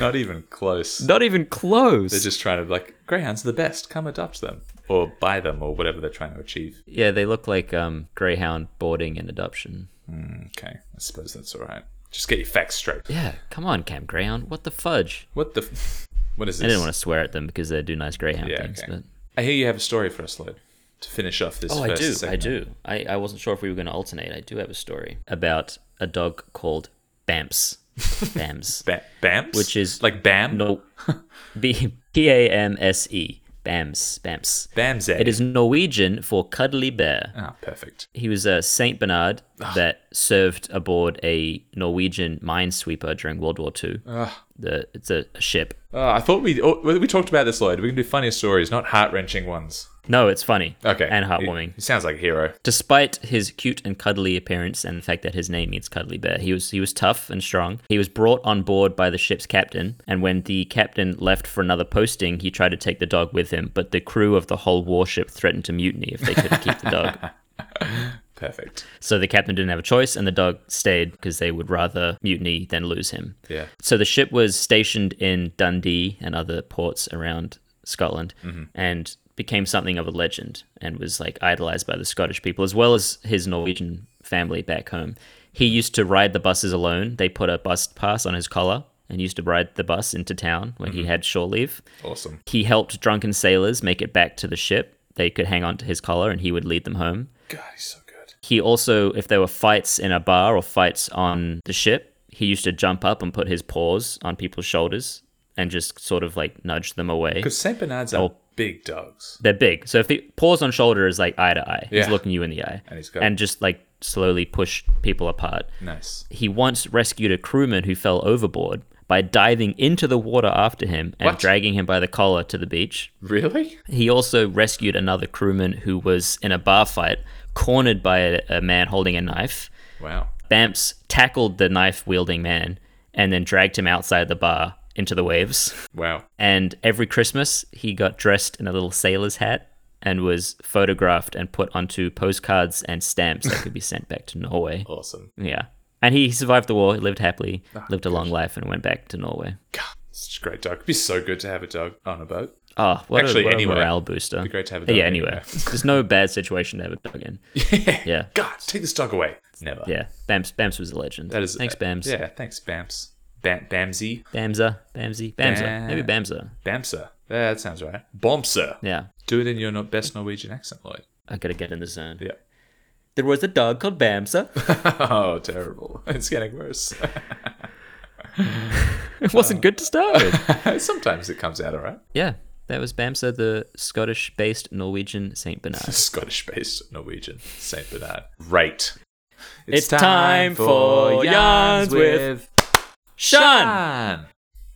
C: not even close.
B: Not even close.
C: They're just trying to like greyhounds are the best. Come adopt them or buy them or whatever they're trying to achieve.
B: yeah, they look like um, greyhound boarding and adoption.
C: Okay, I suppose that's all right. Just get your facts straight.
B: Yeah, come on, Camp Greyhound. What the fudge?
C: What the? F- what is this?
B: I didn't want to swear at them because they do nice greyhound
C: Yeah,
B: things.
C: okay.
B: But...
C: I hear you have a story for us, Lloyd, to finish off this.
B: Oh, I
C: first
B: do. I
C: segment.
B: do. I, I wasn't sure if we were going to alternate. I do have a story about a dog called Bamps. Bams.
C: Ba- Bams,
B: Which is-
C: like Bam.
B: No, B P A M S E. Bams. Bams.
C: Bamze.
B: It is Norwegian for cuddly bear.
C: Ah, perfect.
B: He was a Saint Bernard that served aboard a Norwegian minesweeper during World War II. The, it's a, a ship.
C: Uh, I thought we oh, we talked about this, Lloyd. We can do funnier stories, not heart wrenching ones.
B: No, it's funny.
C: Okay.
B: And
C: He,
B: heartwarming.
C: he sounds like a hero.
B: Despite his cute and cuddly appearance and the fact that his name means cuddly bear, he was he was tough and strong. He was brought on board by the ship's captain, and when the captain left for another posting, he tried to take the dog with him, but the crew of the whole warship threatened to mutiny if they couldn't keep the dog.
C: Perfect.
B: So the captain didn't have a choice, and the dog stayed because they would rather mutiny than lose him.
C: Yeah.
B: So the ship was stationed in Dundee and other ports around Scotland and became something of a legend and was like idolized by the Scottish people as well as his Norwegian family back home. He used to ride the buses alone. They put a bus pass on his collar and used to ride the bus into town when he had shore leave.
C: Awesome.
B: He helped drunken sailors make it back to the ship. They could hang on to his collar and he would lead them home
C: God, he's so good.
B: he also if there were fights in a bar or fights on the ship he used to jump up and put his paws on people's shoulders and just sort of like nudge them away
C: Because Saint Bernards are
B: Oh.
C: big dogs.
B: they're big so if the paws on shoulder is like eye to eye he's
C: Yeah.
B: looking you in the eye
C: And he's got-
B: and just like slowly push people apart
C: Nice.
B: he once rescued a crewman who fell overboard by diving into the water after him and
C: What?
B: dragging him by the collar to the beach
C: Really?
B: he also rescued another crewman who was in a bar fight cornered by a, a man holding a knife
C: Wow.
B: Bamps tackled the knife wielding man and then dragged him outside the bar into the waves.
C: Wow.
B: And every Christmas, he got dressed in a little sailor's hat and was photographed and put onto postcards and stamps that could be sent back to Norway.
C: Awesome.
B: Yeah. And he survived the war, lived happily,
C: Ah,
B: lived a long life, and went back to Norway.
C: God, it's such a great dog. It'd be so good to have a dog on a boat.
B: Oh, what
C: Actually,
B: a, what
C: anywhere.
B: a morale booster.
C: be great to have a
B: Yeah,
C: dog
B: anyway.
C: anywhere.
B: There's no bad situation to have a dog in. Yeah.
C: God, take this dog away. Never.
B: Yeah. Bams, Bams was a legend.
C: That is. uh,
B: Thanks, Bams.
C: Yeah, thanks, Bams. Bam- Bamsy.
B: Bamza, Bamsy, Bamza.
C: Bam-
B: Maybe Bamza.
C: Bamser. Yeah, that sounds right. Bombser.
B: Yeah.
C: Do it in your not best Norwegian accent, Lloyd.
B: I gotta get in the zone.
C: Yeah.
B: There was a dog called Bamza.
C: Oh, terrible. It's getting worse.
B: it wasn't good to start with.
C: Sometimes it comes out all right.
B: Yeah, that was Bamsa, the Scottish based Norwegian Saint Bernard.
C: Scottish based Norwegian St. Bernard. Right.
B: It's time for yarns with Sean!
C: Sean.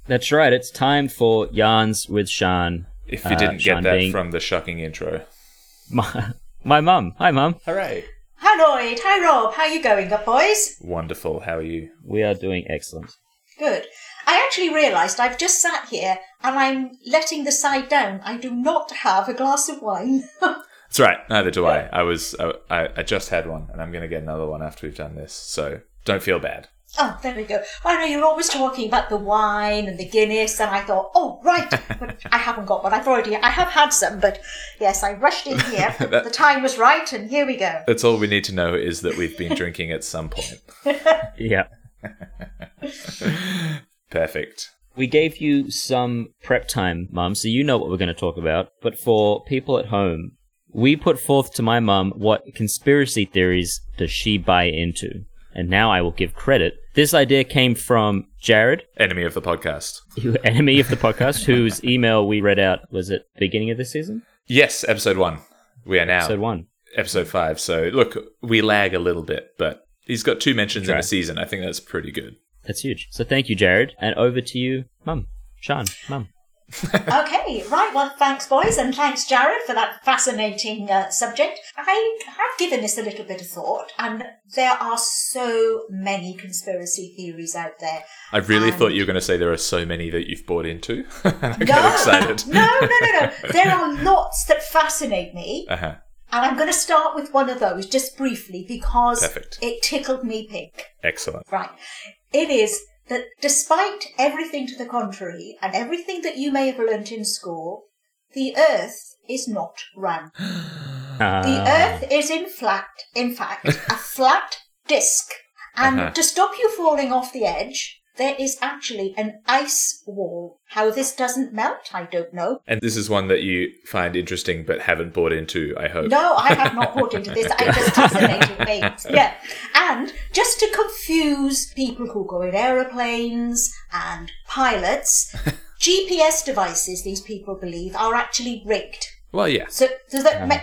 B: That's right, it's time for Yarns with Sean.
C: If you
B: Uh,
C: didn't get
B: Sean
C: that
B: being-
C: from the shocking intro.
B: My, my mum. Hi, mum.
C: Hooray.
D: Hi Lloyd, hi Rob, how you going up boys?
C: Wonderful. How are you?
B: We are doing excellent.
D: Good. I actually realised I've just sat here and I'm letting the side down. I do not have a glass of wine.
C: That's right. Neither do I. I was. I, I I just had one, and I'm going to get another one after we've done this. So don't feel bad.
D: oh, there we go. I know you're always talking about the wine and the Guinness and I thought, oh right, but I haven't got one. I've already, I have had some, but yes, I rushed in here.
C: That-
D: the time was right and here we go.
C: That's all we need to know is that we've been drinking at some point.
B: Yeah.
C: Perfect.
B: We gave you some prep time, mum, so you know what we're going to talk about. But for people at home, we put forth to my mum what conspiracy theories does she buy into. And now I will give credit. This idea came from Jared,
C: Enemy of the podcast.
B: who- enemy of the podcast, whose email we read out was at the beginning of this season,
C: Yes, episode one. We are now
B: episode one.
C: episode five. So look, we lag a little bit, but he's got two mentions in
B: Right.
C: a season. I think that's pretty good.
B: That's huge. So thank you, Jared, and over to you, Mum, Sean, Mum.
D: Okay, right. Well, thanks, boys, and thanks, Jared, for that fascinating uh, subject. I have given this a little bit of thought, and there are so many conspiracy theories out there.
C: I really
D: And-
C: thought you were going to say there are so many that you've bought into. and I got excited.
D: no, no, no, no. There are lots that fascinate me,
C: Uh huh.
D: and I'm going to start with one of those just briefly because
C: Perfect.
D: it tickled me pink.
C: Excellent.
D: Right. It is that despite everything to the contrary and everything that you may have learnt in school, the Earth is not round. The
C: Ah.
D: Earth is in flat, in fact, a flat disk. And
C: Uh-huh.
D: to stop you falling off the edge, there is actually an ice wall. How this doesn't melt, I don't know.
C: And this is one that you find interesting but haven't bought into, I hope.
D: No, I have not bought into this. I just fascinated me. Yeah. And just to confuse people who go in aeroplanes and pilots, GPS devices, these people believe, are actually rigged.
C: Well, yeah.
D: So, so that
B: Ah,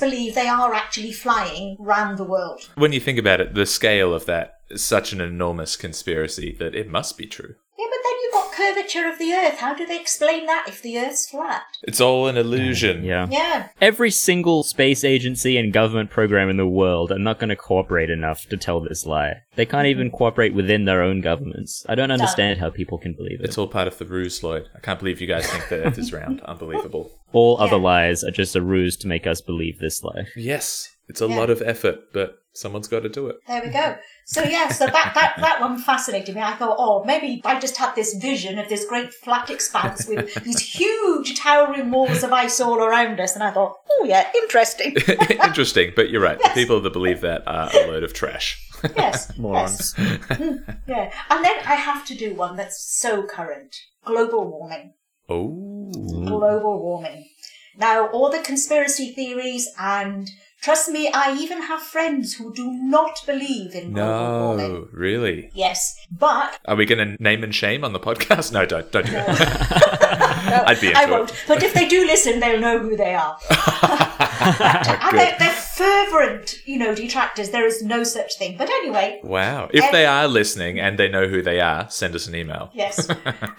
B: yep.
D: believe they are actually flying round the world.
C: When you think about it, the scale of that is such an enormous conspiracy that it must be true.
D: Yeah, but then you've got curvature of the Earth. How do they explain that if the Earth's flat?
C: It's all an illusion.
B: yeah.
D: Yeah.
B: Every single space agency and government program in the world are not going to cooperate enough to tell this lie. They can't even cooperate within their own governments. I don't understand how people can believe it.
C: It's all part of the ruse, Lloyd. I can't believe you guys think the Earth is round. Unbelievable.
B: All other
D: Yeah.
B: lies are just a ruse to make us believe this lie.
C: Yes, it's a
D: Yeah.
C: lot of effort, but someone's got to do it.
D: There we go. So yeah, so that, that, that one fascinated me. I thought, oh, maybe I just had this vision of this great flat expanse with these huge towering walls of ice all around us, and I thought, oh yeah, interesting.
C: Interesting, but you're right. The people that believe that are a load of trash.
D: Yes, yes, Hmm,
B: Morons.
D: yeah. And then I have to do one that's so current: global warming.
C: oh.
D: global warming. Now, all the conspiracy theories, and trust me, I even have friends who do not believe in global warming.
C: No, really?
D: Yes, but
C: Are we going to name and shame on the podcast? No, don't, don't do that. I'd be into
D: I
C: it.
D: won't. But if they do listen, they'll know who they are. and they're, they're fervent, you know, detractors. There is no such thing. But anyway,
C: Wow. If they are listening and they know who they are, send us an email.
D: yes.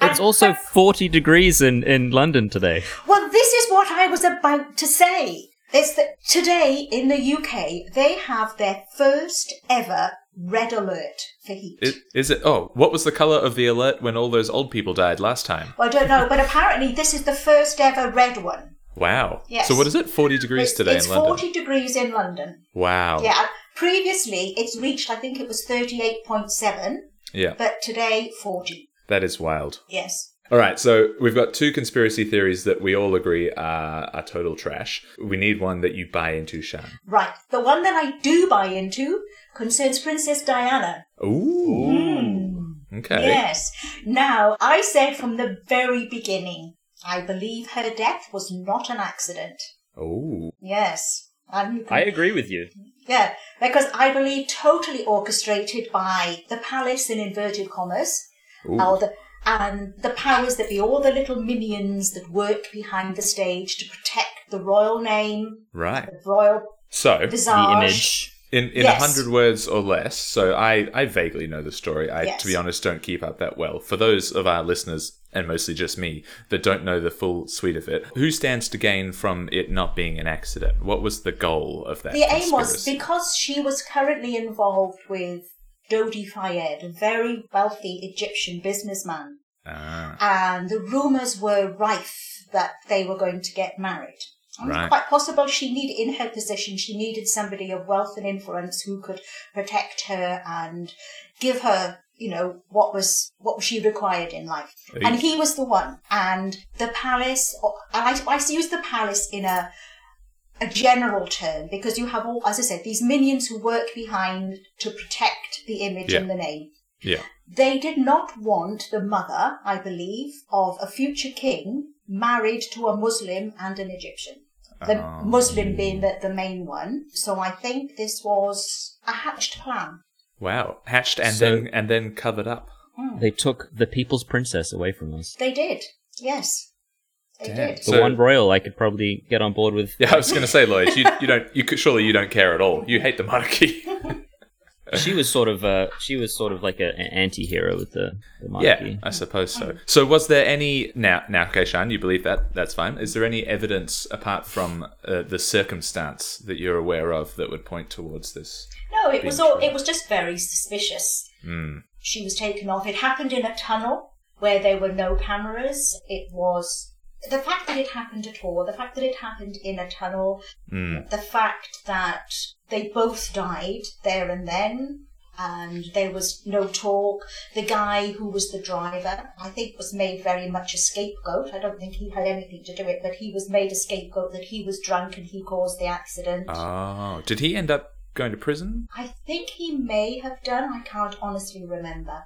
B: It's also 40 degrees in, in London today.
D: Well, this is what I was about to say. It's that today in the UK, they have their first ever red alert for heat.
C: Is, is it? Oh, what was the color of the alert when all those old people died last time?
D: well, I don't know, but apparently this is the first ever red one.
C: Wow.
D: Yes.
C: So what is it? Forty degrees
D: It's-
C: today
D: it's
C: in London. Oh.
D: 40 degrees in London.
C: Wow.
D: Yeah. Previously, it's reached, I think it was 38.7,
C: Yeah.
D: but today, 40.
C: That is wild.
D: Yes.
C: All right, so we've got two conspiracy theories that we all agree are, are total trash. We need one that you buy into, Shan.
D: Right. The one that I do buy into concerns Princess Diana.
C: Ooh. Okay.
D: Yes. Now, I said from the very beginning, I believe her death was not an accident.
C: Ooh.
D: Yes. And you can
B: I agree with you.
D: Yeah, because I believe totally orchestrated by the palace in inverted commas,
C: Ooh.
D: or the, and the powers that be, all the little minions that work behind the stage to protect the royal name,
C: Right.
D: the royal
C: So,
D: visage.
B: image.
C: in, in a
D: Yes.
C: 100 words or less, so I, I vaguely know the story. I,
D: Yes.
C: to be honest, don't keep up that well. For those of our listeners, and mostly just me, that don't know the full suite of it, who stands to gain from it not being an accident? What was the goal of that?
D: The aim was
C: conspiracy?
D: because she was currently involved with Dodi Fayed, a very wealthy Egyptian businessman,
C: Ah,
D: and the rumours were rife that they were going to get married. And
C: Right.
D: It's quite possible she needed, in her position, she needed somebody of wealth and influence who could protect her and give her, you know, what was what she required in life. And he was the one. And the palace, or- and I, I use the palace in a a general term because you have all, as I said, these minions who work behind to protect the image
C: Yeah.
D: and the name
C: yeah.
D: they did not want the mother, I believe, of a future king married to a Muslim and an Egyptian. The
C: Oh.
D: Muslim being the, the main one. So I think this was a hatched plan.
C: Wow, hatched and
B: So-
C: then and then covered up.
D: Hmm.
B: They took the people's princess away from us.
D: They did. Yes. They
C: Damn.
D: did.
B: The
C: So-
B: one royal I could probably get on board with.
C: Yeah, I was going to say, Lloyd, you, you don't, you c- surely you don't care at all. You hate the monarchy.
B: She was sort of uh, she was sort of like a, an anti-hero with the, the
C: yeah,
B: monarchy.
C: I suppose so. So, was there any now? Now, okay, Sean, you believe that? That's fine. Is there any evidence apart from uh, the circumstance that you're aware of that would point towards this?
D: No, it was
C: Being
D: all
C: true.
D: it was just very suspicious.
C: Hmm.
D: She was taken off. It happened in a tunnel where there were no cameras. It was the fact that it happened at all, the fact that it happened in a tunnel,
C: Hmm.
D: the fact that they both died there and then and there was no talk the guy who was the driver i think was made very much a scapegoat i don't think he had anything to do with it but he was made a scapegoat that he was drunk and he caused the accident
B: Ah.
C: Oh, did he end up going to prison?
D: i think he may have done i can't honestly remember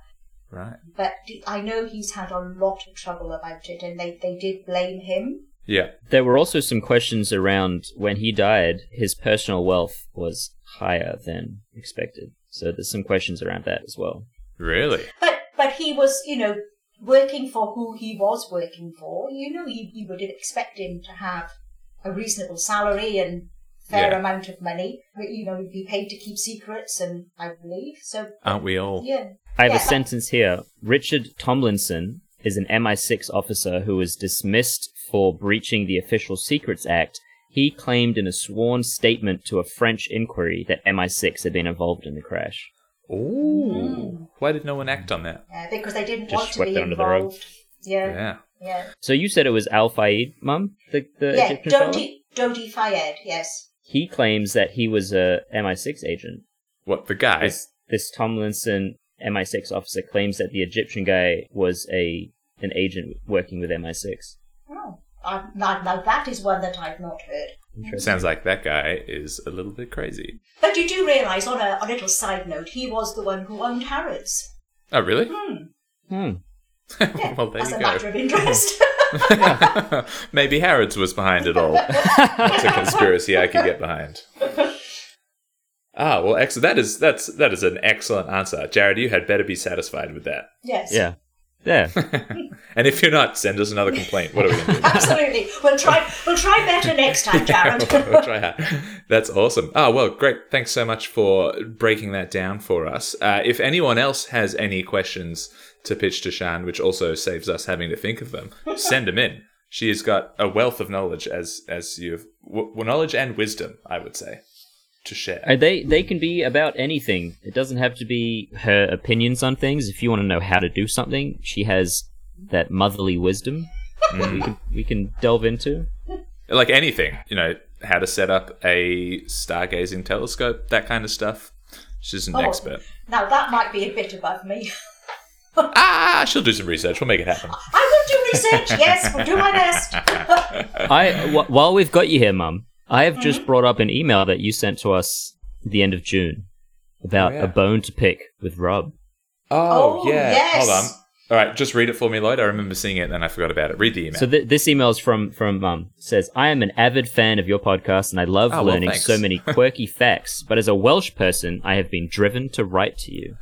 C: Right.
D: but i know he's had a lot of trouble about it and they, they did blame him
C: Yeah.
B: There were also some questions around when he died. His personal wealth was higher than expected, so there's some questions around that as well.
C: Really?
D: But but he was, you know, working for who he was working for. You know, you, you would expect him to have a reasonable salary and fair
C: Yeah.
D: amount of money. But, you know, he'd be paid to keep secrets, and I believe so.
C: Aren't we
B: Oh.
C: all?
D: Yeah.
B: I have
D: Yeah.
B: a sentence here. Richard Tomlinson is an MI6 officer who was dismissed for breaching the Official Secrets Act. He claimed in a sworn statement to a French inquiry that MI6 had been involved in the crash.
C: Ooh. Why did no one act on that?
D: Yeah, because they didn't
B: Just
D: want to
B: swept
D: be
B: it under the rug.
D: involved. Yeah,
C: Yeah.
D: yeah,
B: So you said it was Al Fayed, Mum? The, the
D: yeah.
B: Egyptian fella?
D: Dodi Dodi Fayed, yes.
B: He claims that he was a MI6 agent.
C: What the guy?
B: This, this Tomlinson MI6 officer claims that the Egyptian guy was a an agent working with MI6.
D: Oh, I, now, now that is one that I've not heard.
B: Interesting.
C: Sounds like that guy is a little bit crazy.
D: But you do realise, on a, a little side note, he was the one who owned Harrods.
C: Oh, really?
D: Hmm.
B: Hmm.
D: Yeah,
C: well, there
D: as
C: you
D: a
C: go.
D: matter of interest.
C: Maybe Harrods was behind it all. That's a conspiracy I could get behind. Ah, well, ex- that is that's that is an excellent answer, Jared. You had better be satisfied with that.
D: yes.
B: Yeah. Yeah.
C: And if you're not, send us another complaint. What are we going to do?
D: Absolutely. We'll try we'll try better next time, Jared.
C: We'll try hard. That's awesome. Ah, well, great. Thanks so much for breaking that down for us. Uh, if anyone else has any questions to pitch to Shan, which also saves us having to think of them, send them in. She has got a wealth of knowledge, as as you've w- knowledge and wisdom, I would say. to share.
B: Uh, They they can be about anything. It doesn't have to be her opinions on things. If you want to know how to do something, she has that motherly wisdom that we can we can delve into.
C: like anything, you know, how to set up a stargazing telescope, that kind of stuff. She's an
D: Oh.
C: expert.
D: Now that might be a bit above me.
C: Ah, she'll do some research. We'll make it happen.
D: I will do research. yes, we'll do my best.
B: I w- while we've got you here, Mum, I have just brought up an email that you sent to us at the end of June about
C: Oh, yeah.
B: a bone to pick with Rob.
C: Oh,
D: Oh,
C: yeah.
D: yes.
C: Hold on. All right, just read it for me, Lloyd. I remember seeing it, then I forgot about it. Read the email.
B: So th- this email is from from Mum. It Says I am an avid fan of your podcast and I love
C: Oh, well,
B: learning
C: thanks.
B: so many quirky facts. But as a Welsh person, I have been driven to write to you.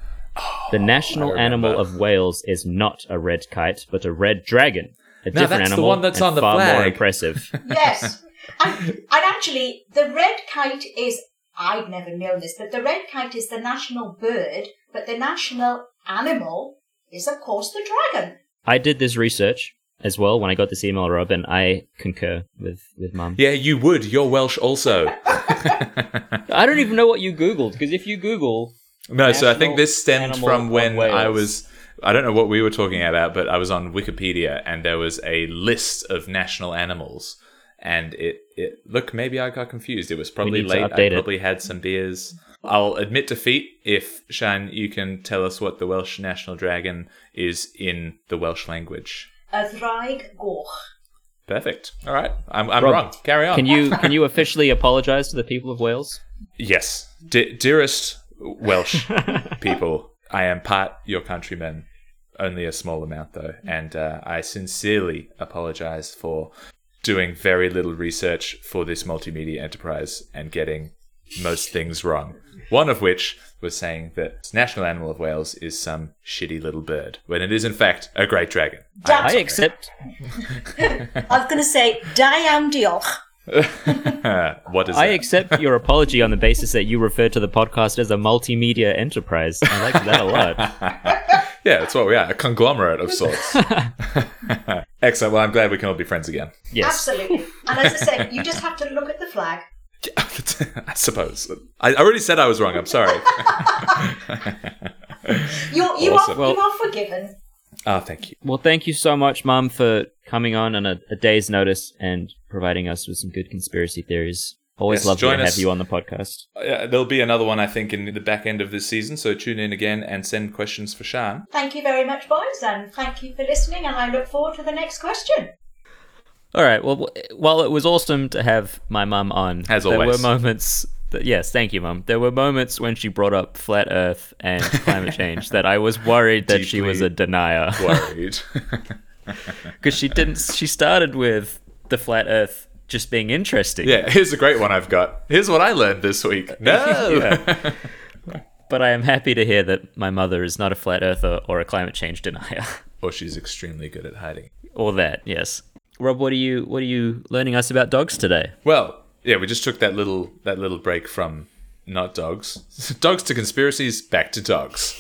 B: The national
C: Oh, remember.
B: animal of Wales is not a red kite, but a red dragon. A
C: No,
B: different
C: that's the
B: animal
C: one that's
B: and
C: on the
B: far more
C: flag.
B: impressive.
D: Yes. And, and actually, the red kite is, I'd never known this, but the red kite is the national bird, but the national animal is, of course, the dragon.
B: I did this research as well when I got this email, Rob, and I concur with with Mum.
C: yeah, you would. You're Welsh also.
B: I don't even know what you Googled because if you Google,
C: No, so I think
B: National
C: this stemmed
B: Animal
C: from
B: of
C: when
B: Wales.
C: I was. I don't know what we were talking about, but I was on Wikipedia and there was a list of national animals. And it, it look, maybe I got confused. It was probably
B: need to
C: late. I
B: update it.
C: probably had some beers. I'll admit defeat if, Shan, you can tell us what the Welsh national dragon is in the Welsh language.
D: A draig goch.
C: Perfect. All right. I'm, I'm
B: Rob,
C: wrong. Carry on.
B: can you can you officially apologize to the people of Wales?
C: Yes. De- dearest Welsh people, I am part your countryman, only a small amount though, and uh, I sincerely apologize for doing very little research for this multimedia enterprise and getting most things wrong. One of which was saying that National Animal of Wales is some shitty little bird, when it is in fact a great dragon.
B: I accept.
D: I was going to say, Diam Dioch.
C: what is
B: I
C: that?
B: accept your apology on the basis that you refer to the podcast as a multimedia enterprise. I like that a lot.
C: yeah, that's what we are, a conglomerate of sorts. Excellent. Well, I'm glad we can all be friends again.
B: Yes.
D: Absolutely. And as I said, you just have to look at the flag.
C: I suppose. I I already said I was wrong. I'm sorry.
D: You're, you,
C: Awesome.
D: are,
B: Well-
D: you are forgiven.
C: oh, thank you.
B: Well, thank you so much, Mum, for coming on on a, a day's notice and providing us with some good conspiracy theories. Always
C: Yes,
B: lovely
C: join
B: to
C: us.
B: have you on the podcast.
C: Uh, there'll be another one, I think, in the back end of this season. So tune in again and send questions for Shan.
D: Thank you very much, boys, and thank you for listening, and I look forward to the next question.
B: All right. Well, w- while it was awesome to have my mum on,
C: As
B: there
C: always.
B: were moments. That, yes, thank you, mum. There were moments when she brought up flat Earth and climate change that I was worried that she was
C: Deeply.
B: a denier
C: Worried.
B: because she didn't. She started with the flat Earth just being interesting.
C: yeah, here's a great one I've got. Here's what I learned this week. No.
B: Yeah. But I am happy to hear that my mother is not a flat earther or a climate change denier,
C: Or Oh, she's extremely good at hiding.
B: or that. Yes, Rob, what are you what are you learning us about dogs today?
C: Well, yeah, we just took that little that little break from not dogs, dogs to conspiracies, back to dogs.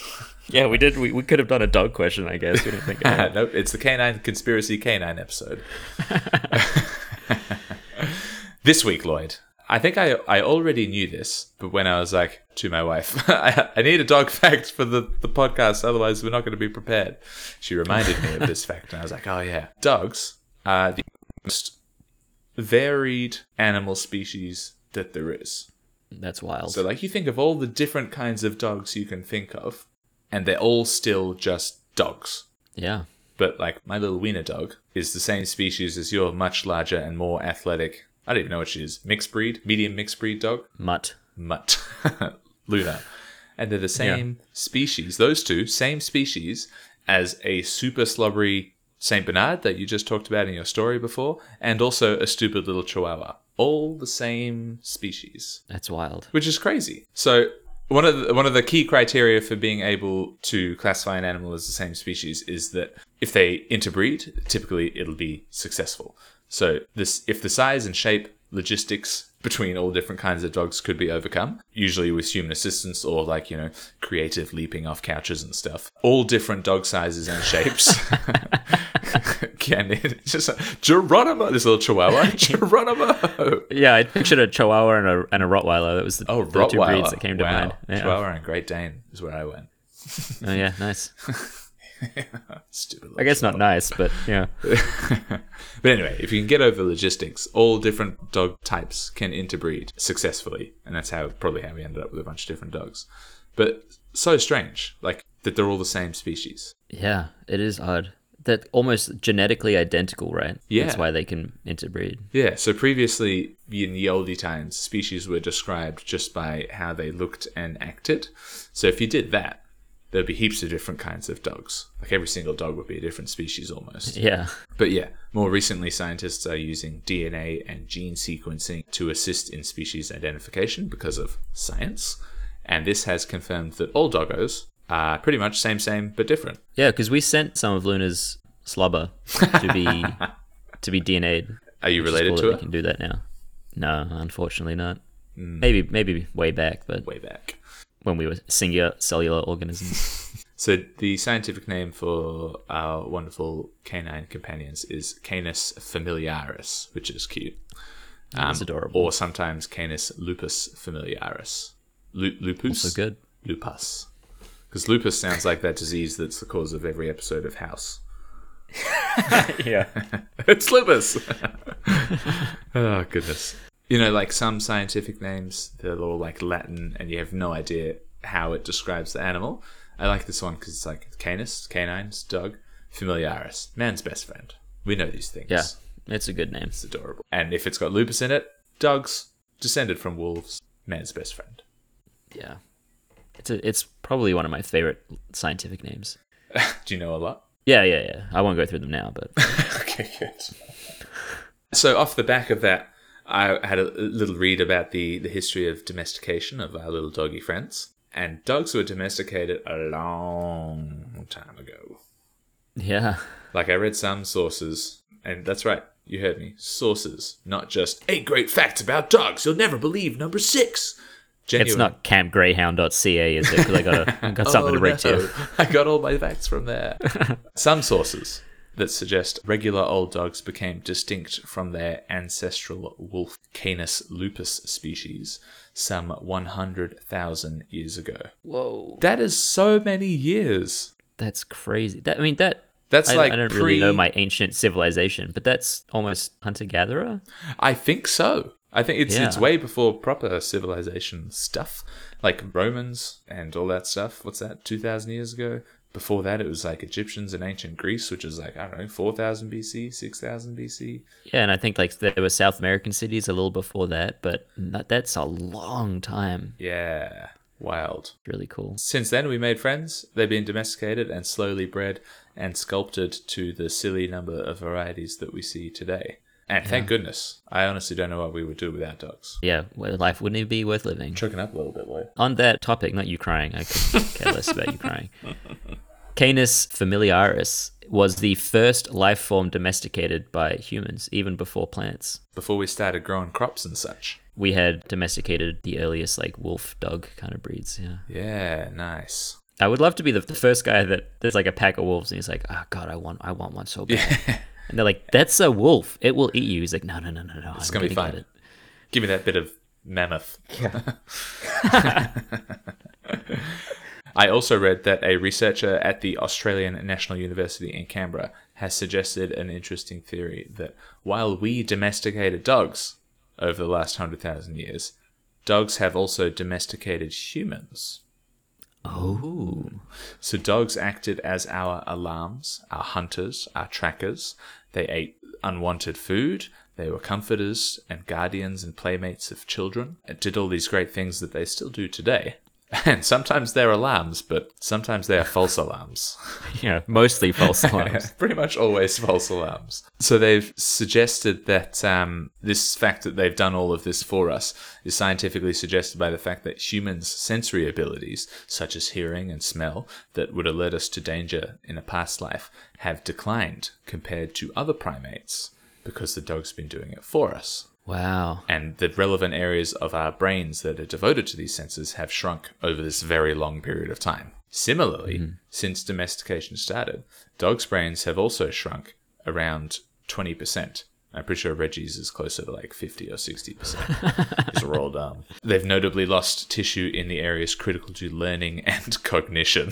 B: Yeah, we did. We, we could have done a dog question, I guess. We didn't think. About it.
C: nope, it's the canine conspiracy canine episode. this week, Lloyd. I think I, I already knew this, but when I was like to my wife, I, I need a dog fact for the, the podcast, otherwise we're not going to be prepared. She reminded me of this fact, and I was like, oh yeah. Dogs are the most varied animal species that there is.
B: That's wild.
C: So, like, you think of all the different kinds of dogs you can think of, and they're all still just dogs.
B: yeah.
C: But like my little wiener dog is the same species as your much larger and more athletic. I don't even know what she is. Mixed breed, medium mixed breed dog,
B: Mutt.
C: mutt, Luna, and they're the same species. Those two, same species as a super slobbery Saint Bernard that you just talked about in your story before, and also a stupid little Chihuahua. All the same species
B: That's wild.
C: which is crazy. So one of the, one of the key criteria for being able to classify an animal as the same species is that if they interbreed, typically it'll be successful. So this if the size and shape logistics between all different kinds of dogs could be overcome, usually with human assistance or like, you know, creative leaping off couches and stuff. All different dog sizes and shapes Candid. It's just a, Geronimo. This little chihuahua. Geronimo.
B: Yeah, I pictured a Chihuahua and a, and a Rottweiler. That was the,
C: Oh,
B: the two
C: Rottweiler.
B: breeds that came to
C: wow.
B: mind. Yeah.
C: Chihuahua and Great Dane is where I went.
B: Oh yeah, nice.
C: Stupid.
B: I guess not nice, but yeah.
C: But anyway, if you can get over logistics, all different dog types can interbreed successfully, and that's how probably how we ended up with a bunch of different dogs. But so strange, like that they're all the same species.
B: Yeah, it is odd. They're almost genetically identical, right?
C: Yeah.
B: That's why they can interbreed.
C: Yeah, so previously in the oldie times, species were described just by how they looked and acted. So if you did that, there'd be heaps of different kinds of dogs. Like every single dog would be a different species almost.
B: Yeah.
C: But yeah, more recently, scientists are using DNA and gene sequencing to assist in species identification because of science. And this has confirmed that all doggos are pretty much same, same, but different.
B: Yeah, because we sent some of Luna's slobber to be to be DNA'd.
C: Are you
B: Which is
C: related
B: cool
C: to
B: that
C: her? Hmm.
B: They can do that now. No, unfortunately not. Maybe maybe way back, but
C: Way back.
B: when we were singular cellular organisms.
C: So the scientific name for our wonderful canine companions is Canis familiaris, which is cute. Um,
B: That's adorable.
C: Or sometimes Canis lupus familiaris. Lu- lupus?
B: So good.
C: lupus because lupus sounds like that disease that's the cause of every episode of house
B: Yeah.
C: it's lupus oh goodness you know like some scientific names they're all like latin and you have no idea how it describes the animal i like this one because it's like canis canines dog familiaris man's best friend we know these things
B: Yeah. It's a good name.
C: it's adorable and if it's got lupus in it dogs descended from wolves man's best friend
B: Yeah. It's a, it's probably one of my favorite scientific names.
C: do you know a lot
B: Yeah, yeah, yeah. I won't go through them now, but
C: okay, good. So off the back of that, I had a little read about the, the history of domestication of our little doggy friends. And dogs were domesticated a long time ago.
B: yeah.
C: Like I read some sources, and that's right, you heard me. Sources, not just eight great facts about dogs you'll never believe. Number six. Genuine.
B: It's not campgreyhound.ca, is it? Because I got, a, I got something to read
C: Oh, no.
B: to.
C: I got all my facts from there. Some sources that suggest regular old dogs became distinct from their ancestral wolf Canis lupus species some 100,000 years ago.
B: Whoa.
C: That is so many years.
B: That's crazy. That I mean, that.
C: That's
B: I,
C: like
B: I don't
C: pre-
B: really know my ancient civilization, but that's almost hunter gatherer.
C: I think so. I think it's it's
B: Yeah.
C: way before proper civilization stuff, like Romans and all that stuff. What's that? Two thousand years ago. Before that, it was like Egyptians and ancient Greece, which is like I don't know, four thousand BC, six thousand BC.
B: Yeah, and I think like there were South American cities a little before that, but not, that's a long time.
C: Yeah, wild.
B: Really cool.
C: Since then, we made friends. They've been domesticated and slowly bred and sculpted to the silly number of varieties that we see today. And thank goodness. I honestly don't know what we would do without dogs.
B: Yeah, well, life wouldn't it be worth living?
C: Choking up a little bit, Lloyd.
B: On that topic, not you crying. I could care less about you crying. Canis familiaris was the first life form domesticated by humans, even before plants.
C: Before we started growing crops and such.
B: We had domesticated the earliest like wolf dog kind of breeds. Yeah,
C: Yeah, nice.
B: I would love to be the, the first guy that there's like a pack of wolves and he's like, oh god, I want I want one so bad. And they're like, that's a wolf. It will eat you. He's like, no, no, no, no, no. It's
C: gonna be fine."
B: It.
C: Give me that bit of mammoth. I also read that a researcher at the Australian National University in Canberra has suggested an interesting theory that while we domesticated dogs over the last 100,000 years, dogs have also domesticated humans.
B: Oh,
C: So dogs acted as our alarms, our hunters, our trackers. They ate unwanted food. They were comforters and guardians and playmates of children. It did all these great things that they still do today. And sometimes they're alarms, but sometimes they are false alarms.
B: yeah, mostly false alarms.
C: Pretty much always false alarms. So they've suggested that um, this fact that they've done all of this for us is scientifically suggested by the fact that humans' sensory abilities, such as hearing and smell, that would alert us to danger in a past life, have declined compared to other primates because the dog's been doing it for us.
B: wow.
C: And the relevant areas of our brains that are devoted to these senses have shrunk over this very long period of time. Similarly, since domestication started, dogs' brains have also shrunk around 20%. I'm pretty sure Reggie's is closer to like 50 or 60%. it's rolled down. They've notably lost tissue in the areas critical to learning and cognition.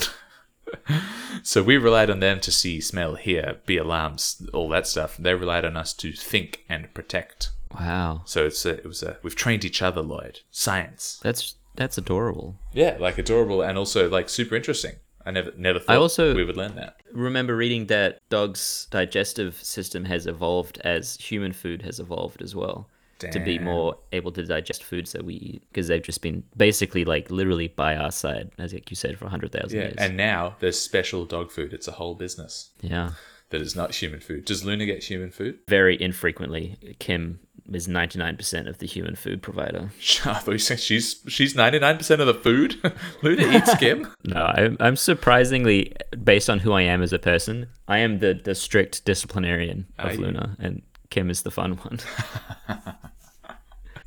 C: so we relied on them to see, smell, hear, be alarms, all that stuff. They relied on us to think and protect.
B: Wow.
C: So it's a, it was a, we've trained each other, Lloyd. Science.
B: That's that's adorable.
C: Yeah, like adorable and also like super interesting. I never never thought
B: also-
C: we would learn that.
B: Remember reading that dogs' digestive system has evolved as human food has evolved as well. To be
C: Damn.
B: more able to digest foods that we eat because they've just been basically like literally by our side, as like you said, for hundred thousand
C: Yeah,
B: years.
C: and now there's special dog food. It's a whole business
B: yeah,
C: that is not human food. Does Luna get human food?
B: very infrequently, Kim is ninety nine percent of the human food provider.
C: I thought you said she's she's ninety nine percent of the food. Luna eats Kim.
B: No, I'm, I'm surprisingly, based on who I am as a person, I am the, the strict disciplinarian
C: Are
B: of
C: you?
B: Luna, and Kim is the fun one.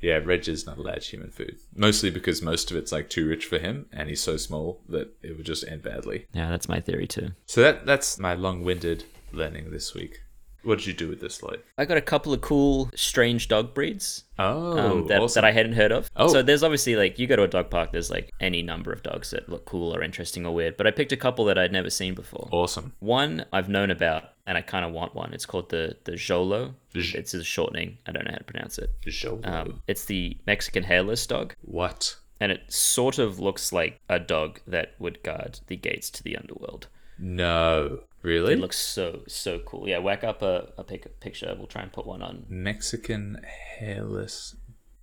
C: yeah, Reg is not allowed human food, mostly because most of it's like too rich for him, and he's so small that it would just end badly.
B: yeah, that's my theory too.
C: So that that's my long winded learning this week. What did you do with this, Lloyd?
B: I got a couple of cool, strange dog breeds
C: Oh,
B: um, that,
C: awesome.
B: that I hadn't heard of.
C: Oh.
B: So there's obviously like, you go to a dog park, there's like any number of dogs that look cool or interesting or weird, but I picked a couple that I'd never seen before.
C: awesome.
B: One I've known about, and I kind of want one. It's called the, the Jolo.
C: J-
B: It's a shortening. I don't know how to pronounce it.
C: Jolo.
B: Um, it's the Mexican hairless dog.
C: Uh, what?
B: and it sort of looks like a dog that would guard the gates to the underworld.
C: No, really?
B: It looks so so cool. Yeah, whack up a, a pic- picture. We'll try and put one on.
C: Mexican hairless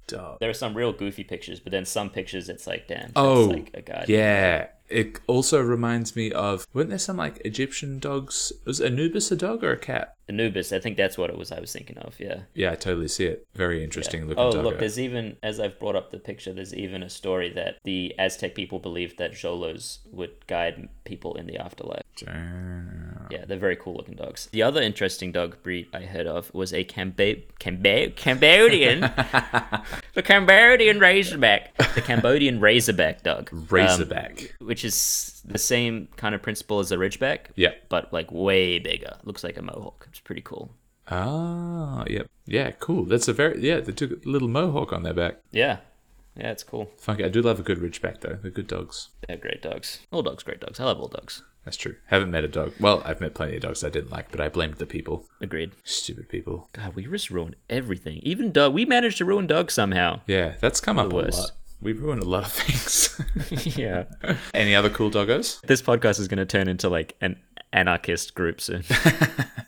C: dog.
B: There are some real goofy pictures, but then some pictures it's like damn,
C: Oh,
B: that's like a guard.
C: yeah. It also reminds me of weren't there some like Egyptian dogs? Was Anubis a dog or a cat?
B: Anubis. I think that's what it was. I was thinking of. Yeah.
C: Yeah, I totally see it. Very interesting looking
B: Oh,
C: dog.
B: look, there's even, as I've brought up the picture, there's even a story that the Aztec people believed that Jolos would guide people in the afterlife.
C: Uh,
B: Um,
C: Damn.
B: Yeah, they're very cool looking dogs. The other interesting dog breed I heard of was a Camba- Camba- Cambodian. the Cambodian Razorback. The Cambodian Razorback dog. um,
C: Razorback.
B: which is the same kind of principle as a Ridgeback.
C: Yeah.
B: But like way bigger. Looks like a mohawk. It's pretty cool.
C: Ah, yep. Yeah, cool. That's a very yeah. They took a little mohawk on their back.
B: Yeah. Yeah, it's cool.
C: Funky. I do love a good ridgeback though. They're good dogs.
B: They're great dogs. All dogs, great dogs. I love all dogs.
C: That's true. Haven't met a dog. Well, I've met plenty of dogs I didn't like, but I blamed the people.
B: Agreed.
C: Stupid people.
B: God, we just ruined everything. Even Doug. We managed to ruin Doug somehow.
C: Yeah, that's come up a
B: worst.
C: lot. We ruined a lot of things.
B: yeah.
C: Any other cool doggos?
B: This podcast is going to turn into like an anarchist group soon.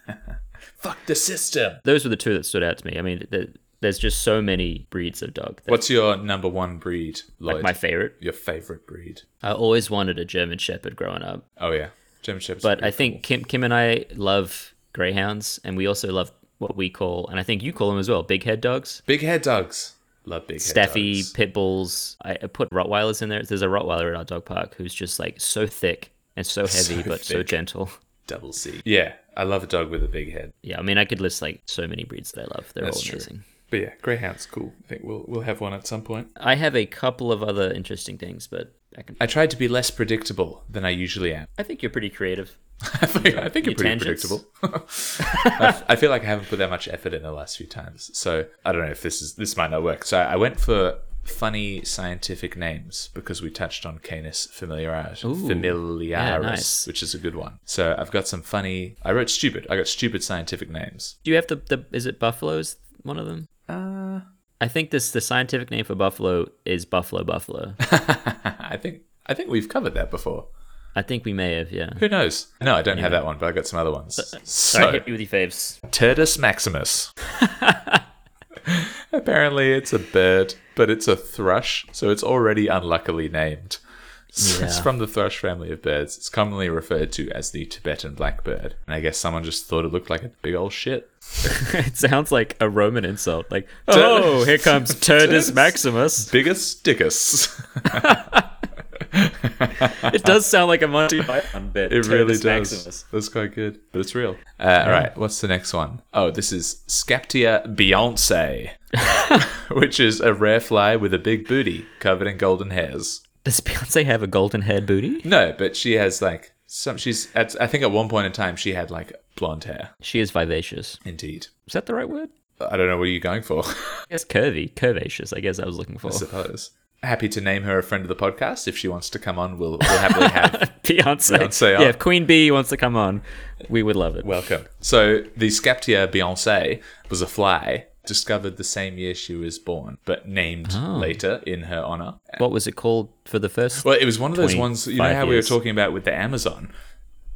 C: Fuck the system.
B: those were the two that stood out to me. I mean, th there's just so many breeds of dog. That,
C: What's your number one breed, Lloyd?
B: like my favorite?
C: your favorite breed?
B: I always wanted a German Shepherd growing up,
C: Oh yeah, German Shepherd's.
B: but
C: pretty
B: I think Kim, Kim and I love greyhounds, and we also love what we call, and I think you call them as well, big head dogs.
C: cool. big hair dogs. Love big hair
B: Staffy,
C: dogs.
B: pit bulls. I I put Rottweilers in there. There's a Rottweiler at our dog park who's just like so thick and so heavy, but so
C: thick.
B: gentle.
C: double C. Yeah, I love a dog with a big head.
B: Yeah, I mean, I could list like so many breeds that I love. They're
C: That's
B: all
C: true.
B: amazing.
C: But yeah, greyhound's cool. I think we'll we'll have one at some point.
B: I have a couple of other interesting things, but I can.
C: I tried to be less predictable than I usually am.
B: I think you're pretty creative.
C: I think, I think you're
B: Your
C: pretty
B: tangents.
C: predictable. I, f- I feel like I haven't put that much effort in the last few times, so I don't know if this is this might not work. So I went for funny scientific names because we touched on Canis familiaris, familiaris,
B: yeah, nice.
C: which is a good one. So I've got some funny. I wrote stupid. I got stupid scientific names.
B: Do you have the, the is it buffaloes one of them?
C: Uh,
B: I think this the scientific name for buffalo is buffalo buffalo.
C: I think I think we've covered that before.
B: I think we may have, yeah.
C: Who knows? No, I don't have that one, but I got some other ones. So
B: Uh, Sorry, hit me with your faves.
C: Turdus maximus. Apparently, it's a bird, but it's a thrush, so it's already unluckily named. So It's
B: Yeah.
C: from the thrush family of birds. It's commonly referred to as the Tibetan blackbird, and I guess someone just thought it looked like a big old shit.
B: it sounds like a Roman insult. Like, oh, here comes Turdus Maximus.
C: Biggest dickus.
B: It does sound like a Monty Python bit.
C: It really
B: Turdus
C: does. That's quite good, but it's real. Uh, All right, what's the next one? Oh, this is Scaptia Beyonce, which is a rare fly with a big booty covered in golden hairs.
B: Does Beyonce have a golden haired booty?
C: No, but she has like Some she's at. I think at one point in time she had like blonde hair.
B: She is vivacious.
C: Indeed.
B: Is that the right word?
C: I don't know what are you going for.
B: I guess curvy, curvaceous. I guess I was looking for.
C: I suppose. Happy to name her a friend of the podcast if she wants to come on. We'll we'll happily have
B: Beyonce.
C: Beyonce,
B: yeah,
C: yeah.
B: if Queen Bee wants to come on, we would love it.
C: welcome. So the Skeptia Beyonce was a fly discovered the same year she was born, but named later in her honor.
B: what was it called for the first?
C: Well, it was one of those
B: 25
C: ones. You know how we were
B: years.
C: talking about with the Amazon.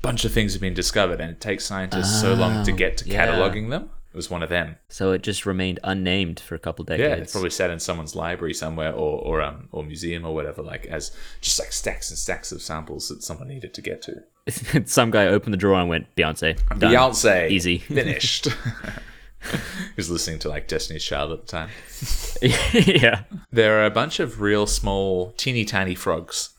C: Bunch of things have been discovered, and it takes scientists so long to get to
B: yeah.
C: cataloging them. It was one of them.
B: So it just remained unnamed for a couple
C: Yeah,
B: decades.
C: it's probably sat in someone's library somewhere, or or um or museum or whatever, like as just like stacks and stacks of samples that someone needed to get to.
B: Some guy opened the drawer and went Beyonce. Done.
C: Beyonce,
B: Easy.
C: finished. Who's listening to like Destiny's Child at the time?
B: yeah.
C: There are a bunch of real small, teeny tiny frogs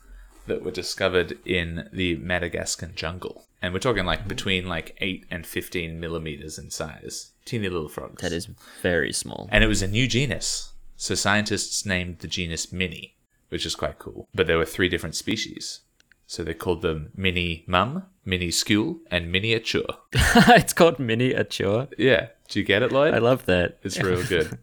C: that were discovered in the Madagascar jungle. And we're talking like between like 8 and 15 millimeters in size. Teeny little frogs.
B: That is very small.
C: And it was a new genus. So scientists named the genus Mini, which is quite cool. But there were three different species. So they called them Mini Mum, Mini Skule, and Miniature.
B: it's called miniature.
C: Yeah. Do you get it, Lloyd?
B: I love that.
C: It's real good.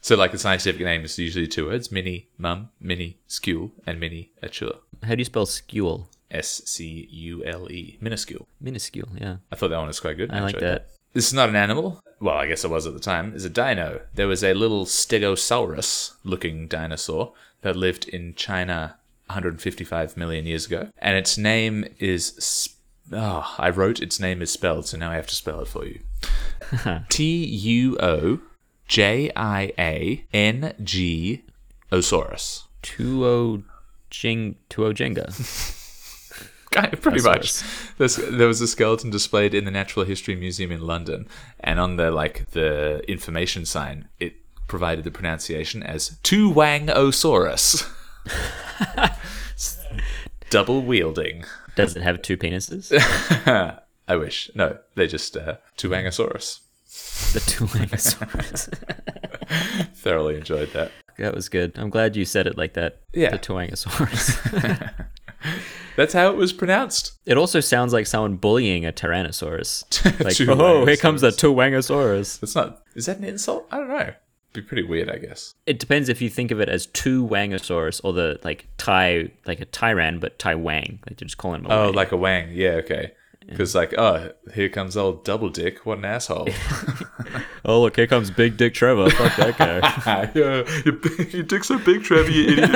C: so, like, the scientific name is usually two words mini mum, mini skule, and mini ature.
B: How do you spell skule?
C: S C U L E. Minuscule.
B: Minuscule. Yeah.
C: I thought that one was quite good.
B: I like
C: enjoyed
B: that.
C: This is not an animal. Well, I guess it was at the time. It's a dino. There was a little stegosaurus looking dinosaur that lived in China 155 million years ago. And its name is. Sp- oh, I wrote its name is spelled, so now I have to spell it for you. T U O J I A N G Osaurus.
B: Tuo jing tuo jenga.
C: Kind of, pretty much.
B: Osaurus.
C: This, there was a skeleton displayed in the Natural History Museum in London, and on the like the information sign, it provided the pronunciation as Tu Wang Osaurus. Double wielding.
B: Does it have two penises?
C: I wish. No, they just uh, Tu Wangosaurus.
B: the tuangosaurus.
C: Thoroughly enjoyed that.
B: that was good. I'm glad you said it like that.
C: Yeah.
B: The tuangosaurus.
C: That's how it was pronounced.
B: it also sounds like someone bullying a tyrannosaurus. Like,
C: Two
B: oh, here comes the
C: wangosaurus."
B: tuangosaurus.
C: That's not. Is that an insult? I don't know. Be pretty weird, I guess.
B: It depends if you think of it as two wangosaurus or the like Thai, like a tyran, but Thai wang. Like they're just calling him. A
C: Oh,
B: wang.
C: like a wang. Yeah, okay. Because like, oh, here comes old double dick. What an asshole.
B: oh look, here comes Big Dick Trevor. Fuck that guy.
C: yeah, your, your dick's so big, Trevor. You idiot.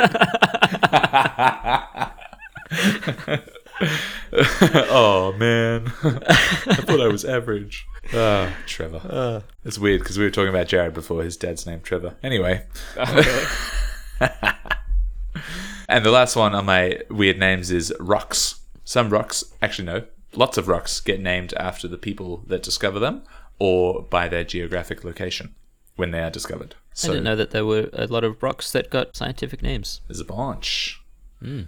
C: oh man, I thought I was average. Ah, Trevor. it's weird because we were talking about Jared before. His dad's name Trevor. Anyway. and the last one on my weird names is rocks. Some rocks, actually no, lots of rocks get named after the people that discover them or by their geographic location when they are discovered.
B: I
C: So
B: didn't know that there were a lot of rocks that got scientific names.
C: there's a bunch.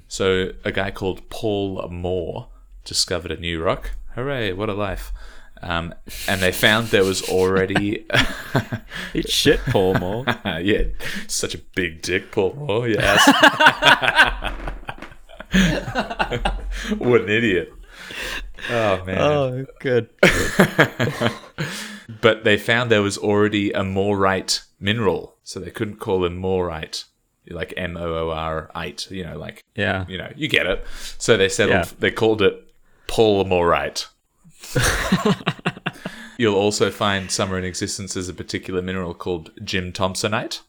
C: So a guy called Paul Moore discovered a new rock. Hooray! What a life! Um, and they found there was already
B: Eat shit, Paul Moore.
C: yeah, such a big dick, Paul Moore. You ass. what an idiot! Oh man!
B: oh, good.
C: But they found there was already a morite mineral, so they couldn't call him morite, like M O O R ite. You know, like
B: Yeah.
C: you know, you get it. So they settled.
B: Yeah.
C: They called it polymorite. You'll also find somewhere in existence is a particular mineral called Jim Thompsonite.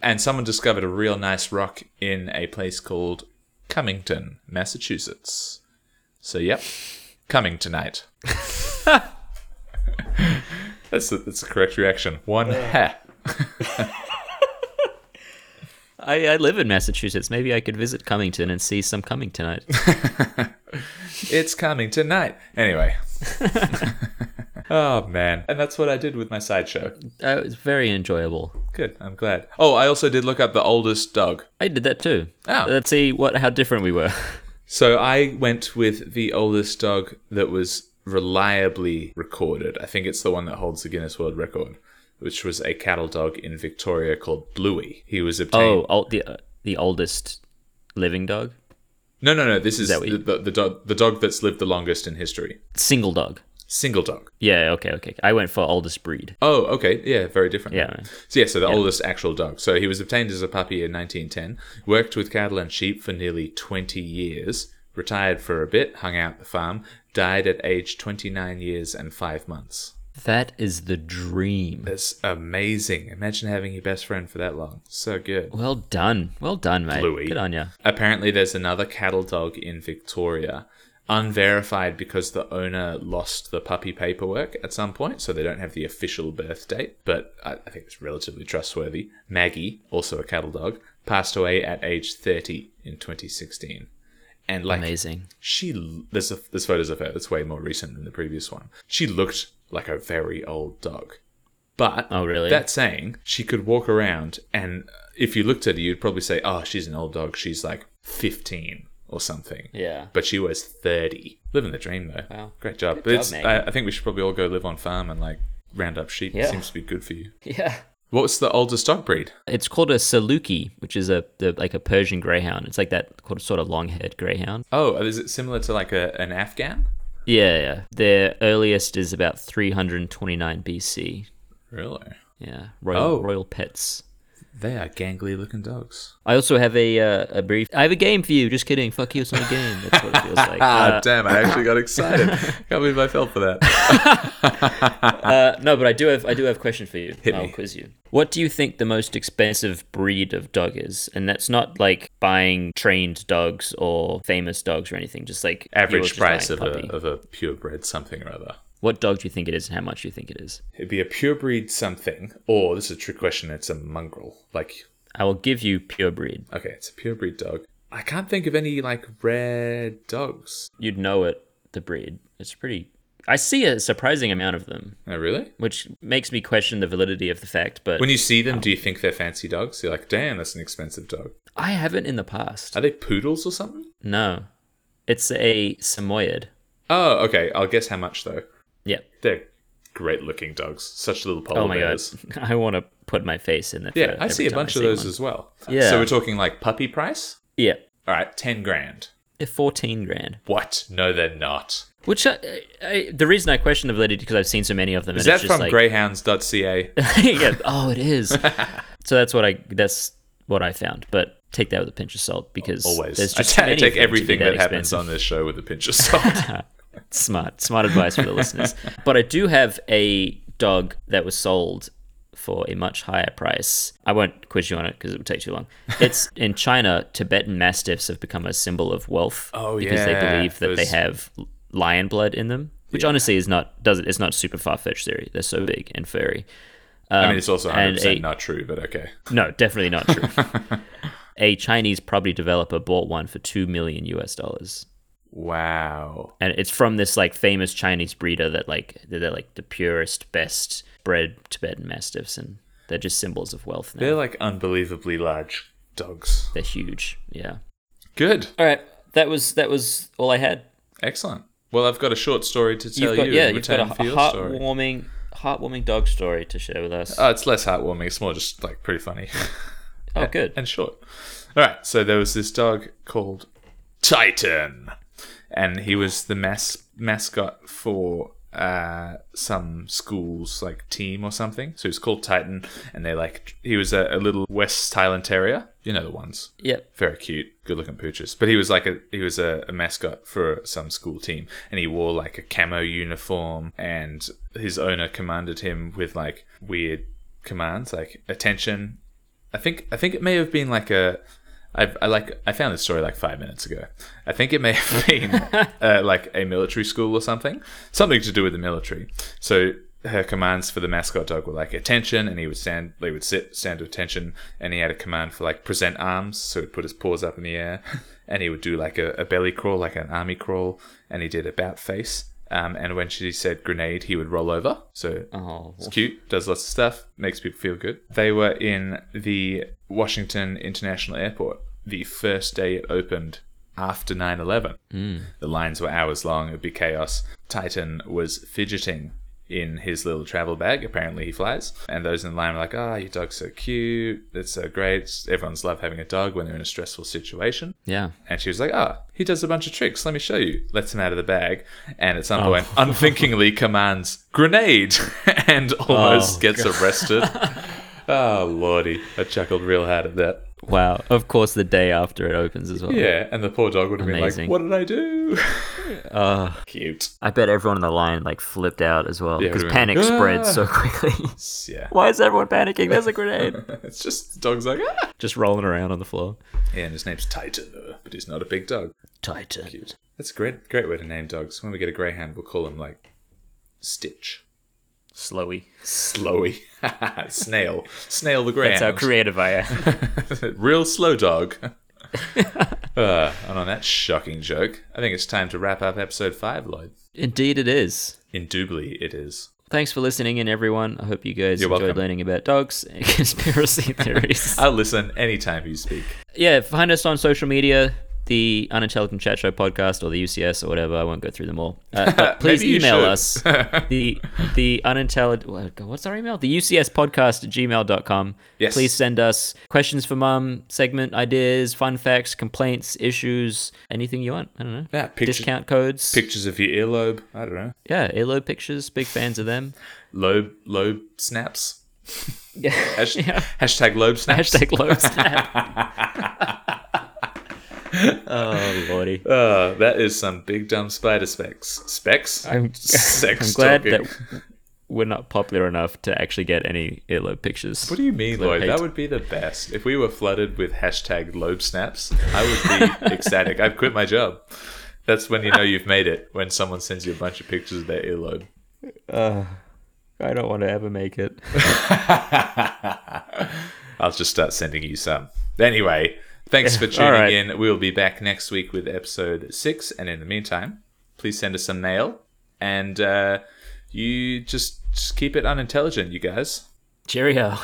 C: and someone discovered a real nice rock in a place called Cummington, Massachusetts. So, yep, coming tonight. that's, the, that's the correct reaction. One ha.
B: I, I live in Massachusetts. Maybe I could visit Cummington and see some Cummingtonite.
C: It's coming tonight. Anyway. oh, man. And that's what I did with my sideshow.
B: uh, it's very enjoyable.
C: Good. I'm glad. Oh, I also did look up the oldest dog.
B: I did that too. Uh,
C: Oh.
B: Let's see what how different we were.
C: So I went with the oldest dog that was reliably recorded. I think it's the one that holds the Guinness World Record, which was a cattle dog in Victoria called Bluey. He was obtained.
B: Oh, old, the uh, the oldest living dog.
C: No, no, no. This is
B: that what
C: the,
B: you-
C: the, the dog. The dog that's lived the longest in history.
B: Single dog.
C: Single dog.
B: Yeah, okay, okay. I went for oldest breed.
C: Oh, okay. Yeah, very different.
B: Yeah.
C: So yeah, so the oldest actual dog. So he was obtained as a puppy in 1910. Worked with cattle and sheep for nearly 20 years. Retired for a bit. Hung out at the farm. Died at age 29 years and five months.
B: That is the dream.
C: That's amazing. Imagine having your best friend for that long. So good.
B: Well done. Well done, mate.
C: Bluey.
B: Good on ya.
C: Apparently, there's another cattle dog in Victoria, unverified because the owner lost the puppy paperwork at some point, so they don't have the official birth date. But I, I think it's relatively trustworthy. Maggie, also a cattle dog, passed away at age 30 in 2016. And like
B: Amazing.
C: she, l- there's a, there's photos of her that's way more recent than the previous one. She looked like a very old dog. But
B: Oh, really?
C: That saying, she could walk around, and uh, if you looked at her, you'd probably say, "Oh, she's an old dog. She's like 15 or something."
B: Yeah.
C: But she was 30. Living the dream, though.
B: Wow.
C: Great job.
B: Good
C: but
B: job,
C: it's,
B: Maggie.
C: I, I think we should probably all go live on farm and like round up sheep. It
B: Yeah.
C: seems to be good for you.
B: Yeah.
C: What's the oldest dog breed?
B: It's called a Saluki, which is a the, like a Persian greyhound. It's like that called- sort of long-haired greyhound.
C: Oh, is it similar to like a, an Afghan?
B: Yeah, yeah. Their earliest is about 329 BC.
C: Really?
B: Yeah, royal
C: Oh.
B: royal pets.
C: They are gangly looking dogs.
B: I also have a uh, a brief. I have a game for you. Just kidding. Fuck you. It's not a game. That's what it feels like.
C: Ah,
B: Uh,
C: damn! I actually got excited. Can't believe I fell for that.
B: uh, no, but I do have I do have a question for you.
C: Hit
B: I'll
C: me.
B: quiz you. What do you think the most expensive breed of dog is? And that's not like buying trained dogs or famous dogs or anything. Just like you were
C: Average
B: just buying
C: price of a,
B: puppy.
C: of a purebred something or other.
B: What dog do you think it is, and how much do you think it is?
C: It'd be a purebred something, or this is a trick question. It's a mongrel. Like,
B: I will give you pure breed.
C: okay, it's a purebred dog. I can't think of any like rare dogs.
B: You'd know it. The breed. It's pretty. I see a surprising amount of them,
C: Oh, really?
B: which makes me question the validity of the fact. But
C: When you see them, do you think they're fancy dogs? You're like, damn, that's an expensive dog.
B: I haven't in the past.
C: Are they poodles or something?
B: No. It's a Samoyed.
C: Oh, okay. I'll guess how much though.
B: Yep.
C: They're great looking dogs. Such little polar
B: Oh my god.
C: bears.
B: I want to put my face in that.
C: Yeah, I see a bunch of those as well.
B: Yeah.
C: So we're talking like puppy price.
B: Yeah.
C: All right, ten grand.
B: They're 14 grand.
C: What? No, they're not.
B: Which I, I, the reason I question the validity because I've seen so many of them.
C: Is
B: and
C: that
B: it's just
C: from
B: like,
C: greyhounds.ca?
B: yeah. Oh, it is. so that's what I that's what I found. But take that with a pinch of salt because there's
C: Always. I
B: just too
C: ta- I
B: many of
C: take
B: them to be
C: everything that, happens
B: expensive.
C: on this show with a pinch of salt.
B: Smart, smart advice for the listeners. But I do have a dog that was sold for a much higher price. I won't quiz you on it because it would take too long. It's in China, Tibetan Mastiffs have become a symbol of wealth
C: Oh,
B: because they
C: yeah,
B: believe that they
C: those-
B: have lion blood in them, which honestly is not does it's not super far fetched theory. They're so big and furry.
C: I mean, it's also 100%
B: Um, and a-
C: not true, but okay.
B: No, definitely not true. a Chinese property developer bought one for 2 million US dollars.
C: Wow.
B: and it's from this like famous Chinese breeder that like they're, they're, like the purest, best bred Tibetan mastiffs, and they're just symbols of wealth now.
C: They're
B: They're,
C: like unbelievably large dogs.
B: huge, yeah.
C: Good.
B: All right, that was that was all I had.
C: Excellent. Well, I've got a short story to tell
B: You've got
C: you.
B: yeah,
C: in
B: you've got
C: return for
B: a
C: your story.
B: heartwarming, heartwarming dog story to share with us.
C: Oh, it's less heartwarming. It's more just like pretty funny
B: oh, good.
C: and short. All right. So there was this dog called Titan, and he was the mas- mascot for uh, some school's like team or something. So he's called Titan, and they like he was a, a little West Highland Terrier. You know the ones.
B: Yep.
C: very cute, good looking pooches. But he was like a he was a, a mascot for some school team, and he wore like a camo uniform, and his owner commanded him with like weird commands, like attention. I think I think it may have been like a. I, I like I found this story like five minutes ago. I think it may have been uh, like a military school or something, something to do with the military. So her commands for the mascot dog were like attention, and he would stand. They would sit, stand to attention, and he had a command for like present arms. So he'd put his paws up in the air, and he would do like a, a belly crawl, like an army crawl, and he did about face. Um, and when she said grenade, he would roll over. So
B: Oh,
C: it's cute, does lots of stuff, makes people feel good. They were in the Washington International Airport the first day it opened after 9 11. The lines were hours long, it would be chaos. Titan was fidgeting in his little travel bag. Apparently, he flies, and those in the line are like, "Ah, your dog's so cute. It's so great. It's- Everyone's love having a dog when they're in a stressful situation."
B: Yeah.
C: And she was like, "Ah, he does a bunch of tricks. Let me show you." Lets him out of the bag, and at some point, unthinkingly commands grenade, and almost
B: Oh,
C: gets arrested. oh lordy, I chuckled real hard at that. Oh.
B: Wow. Of course, the day after it opens as well.
C: Yeah, and the poor dog would have been like,
B: Amazing.
C: "What did I do?" Uh. Cute.
B: I bet everyone in the line like flipped out as well
C: Yeah,
B: because
C: everyone-
B: panic
C: Ah!
B: spread so quickly.
C: Yeah,
B: Why is everyone panicking? There's a grenade.
C: it's just the dog's like, "Ah."
B: Just rolling around on the floor.
C: Yeah, and his name's Titan, uh, but he's not a big dog.
B: Titan.
C: Cute. That's a great, great way to name dogs. When we get a greyhound, we'll call him like Stitch,
B: Slowy.
C: Slowy, Snail, Snail the greyhound.
B: That's how creative I am.
C: Real slow dog. uh, and on that shocking joke, I think it's time to wrap up episode five, Lloyd.
B: Indeed, it is.
C: Indubly, it is.
B: Thanks for listening in, everyone. I hope you guys
C: You're
B: enjoyed
C: welcome.
B: learning about dogs and conspiracy theories. Uh,
C: I'll listen anytime you speak.
B: yeah, find us on social media, the Unintelligent Chat Show podcast or the UCS or whatever. I won't go through them all. Uh, but please
C: Maybe you
B: email
C: should.
B: us the the unintelligent. What's our email? The UCS podcast at gmail.com.
C: Yes.
B: Please send us questions for mum, segment ideas, fun facts, complaints, issues, anything you want. I don't know.
C: Yeah, picture-
B: Discount codes.
C: Pictures of your earlobe. I don't know.
B: yeah, earlobe pictures. Big fans of them.
C: Lobe, lobe snaps.
B: Yeah.
C: Hash- Hashtag lobe snaps.
B: Hashtag lobe snap. oh lordy!
C: Uh, that is some big dumb spider specs. Specs?
B: I'm,
C: Sex
B: I'm glad
C: talking.
B: that we're not popular enough to actually get any earlobe pictures.
C: What do you mean,
B: Lobe
C: Lloyd?
B: hate.
C: That would be the best. If we were flooded with hashtag lobe snaps, I would be ecstatic. I'd quit my job. That's when you know you've made it, when someone sends you a bunch of pictures of their earlobe.
B: I don't want to ever make it.
C: I'll just start sending you some. Anyway, thanks for tuning
B: right.
C: in. We'll be back next week with episode six. And in the meantime, please send us some mail. And uh, you just, just keep it unintelligent, you guys.
B: Cheerio.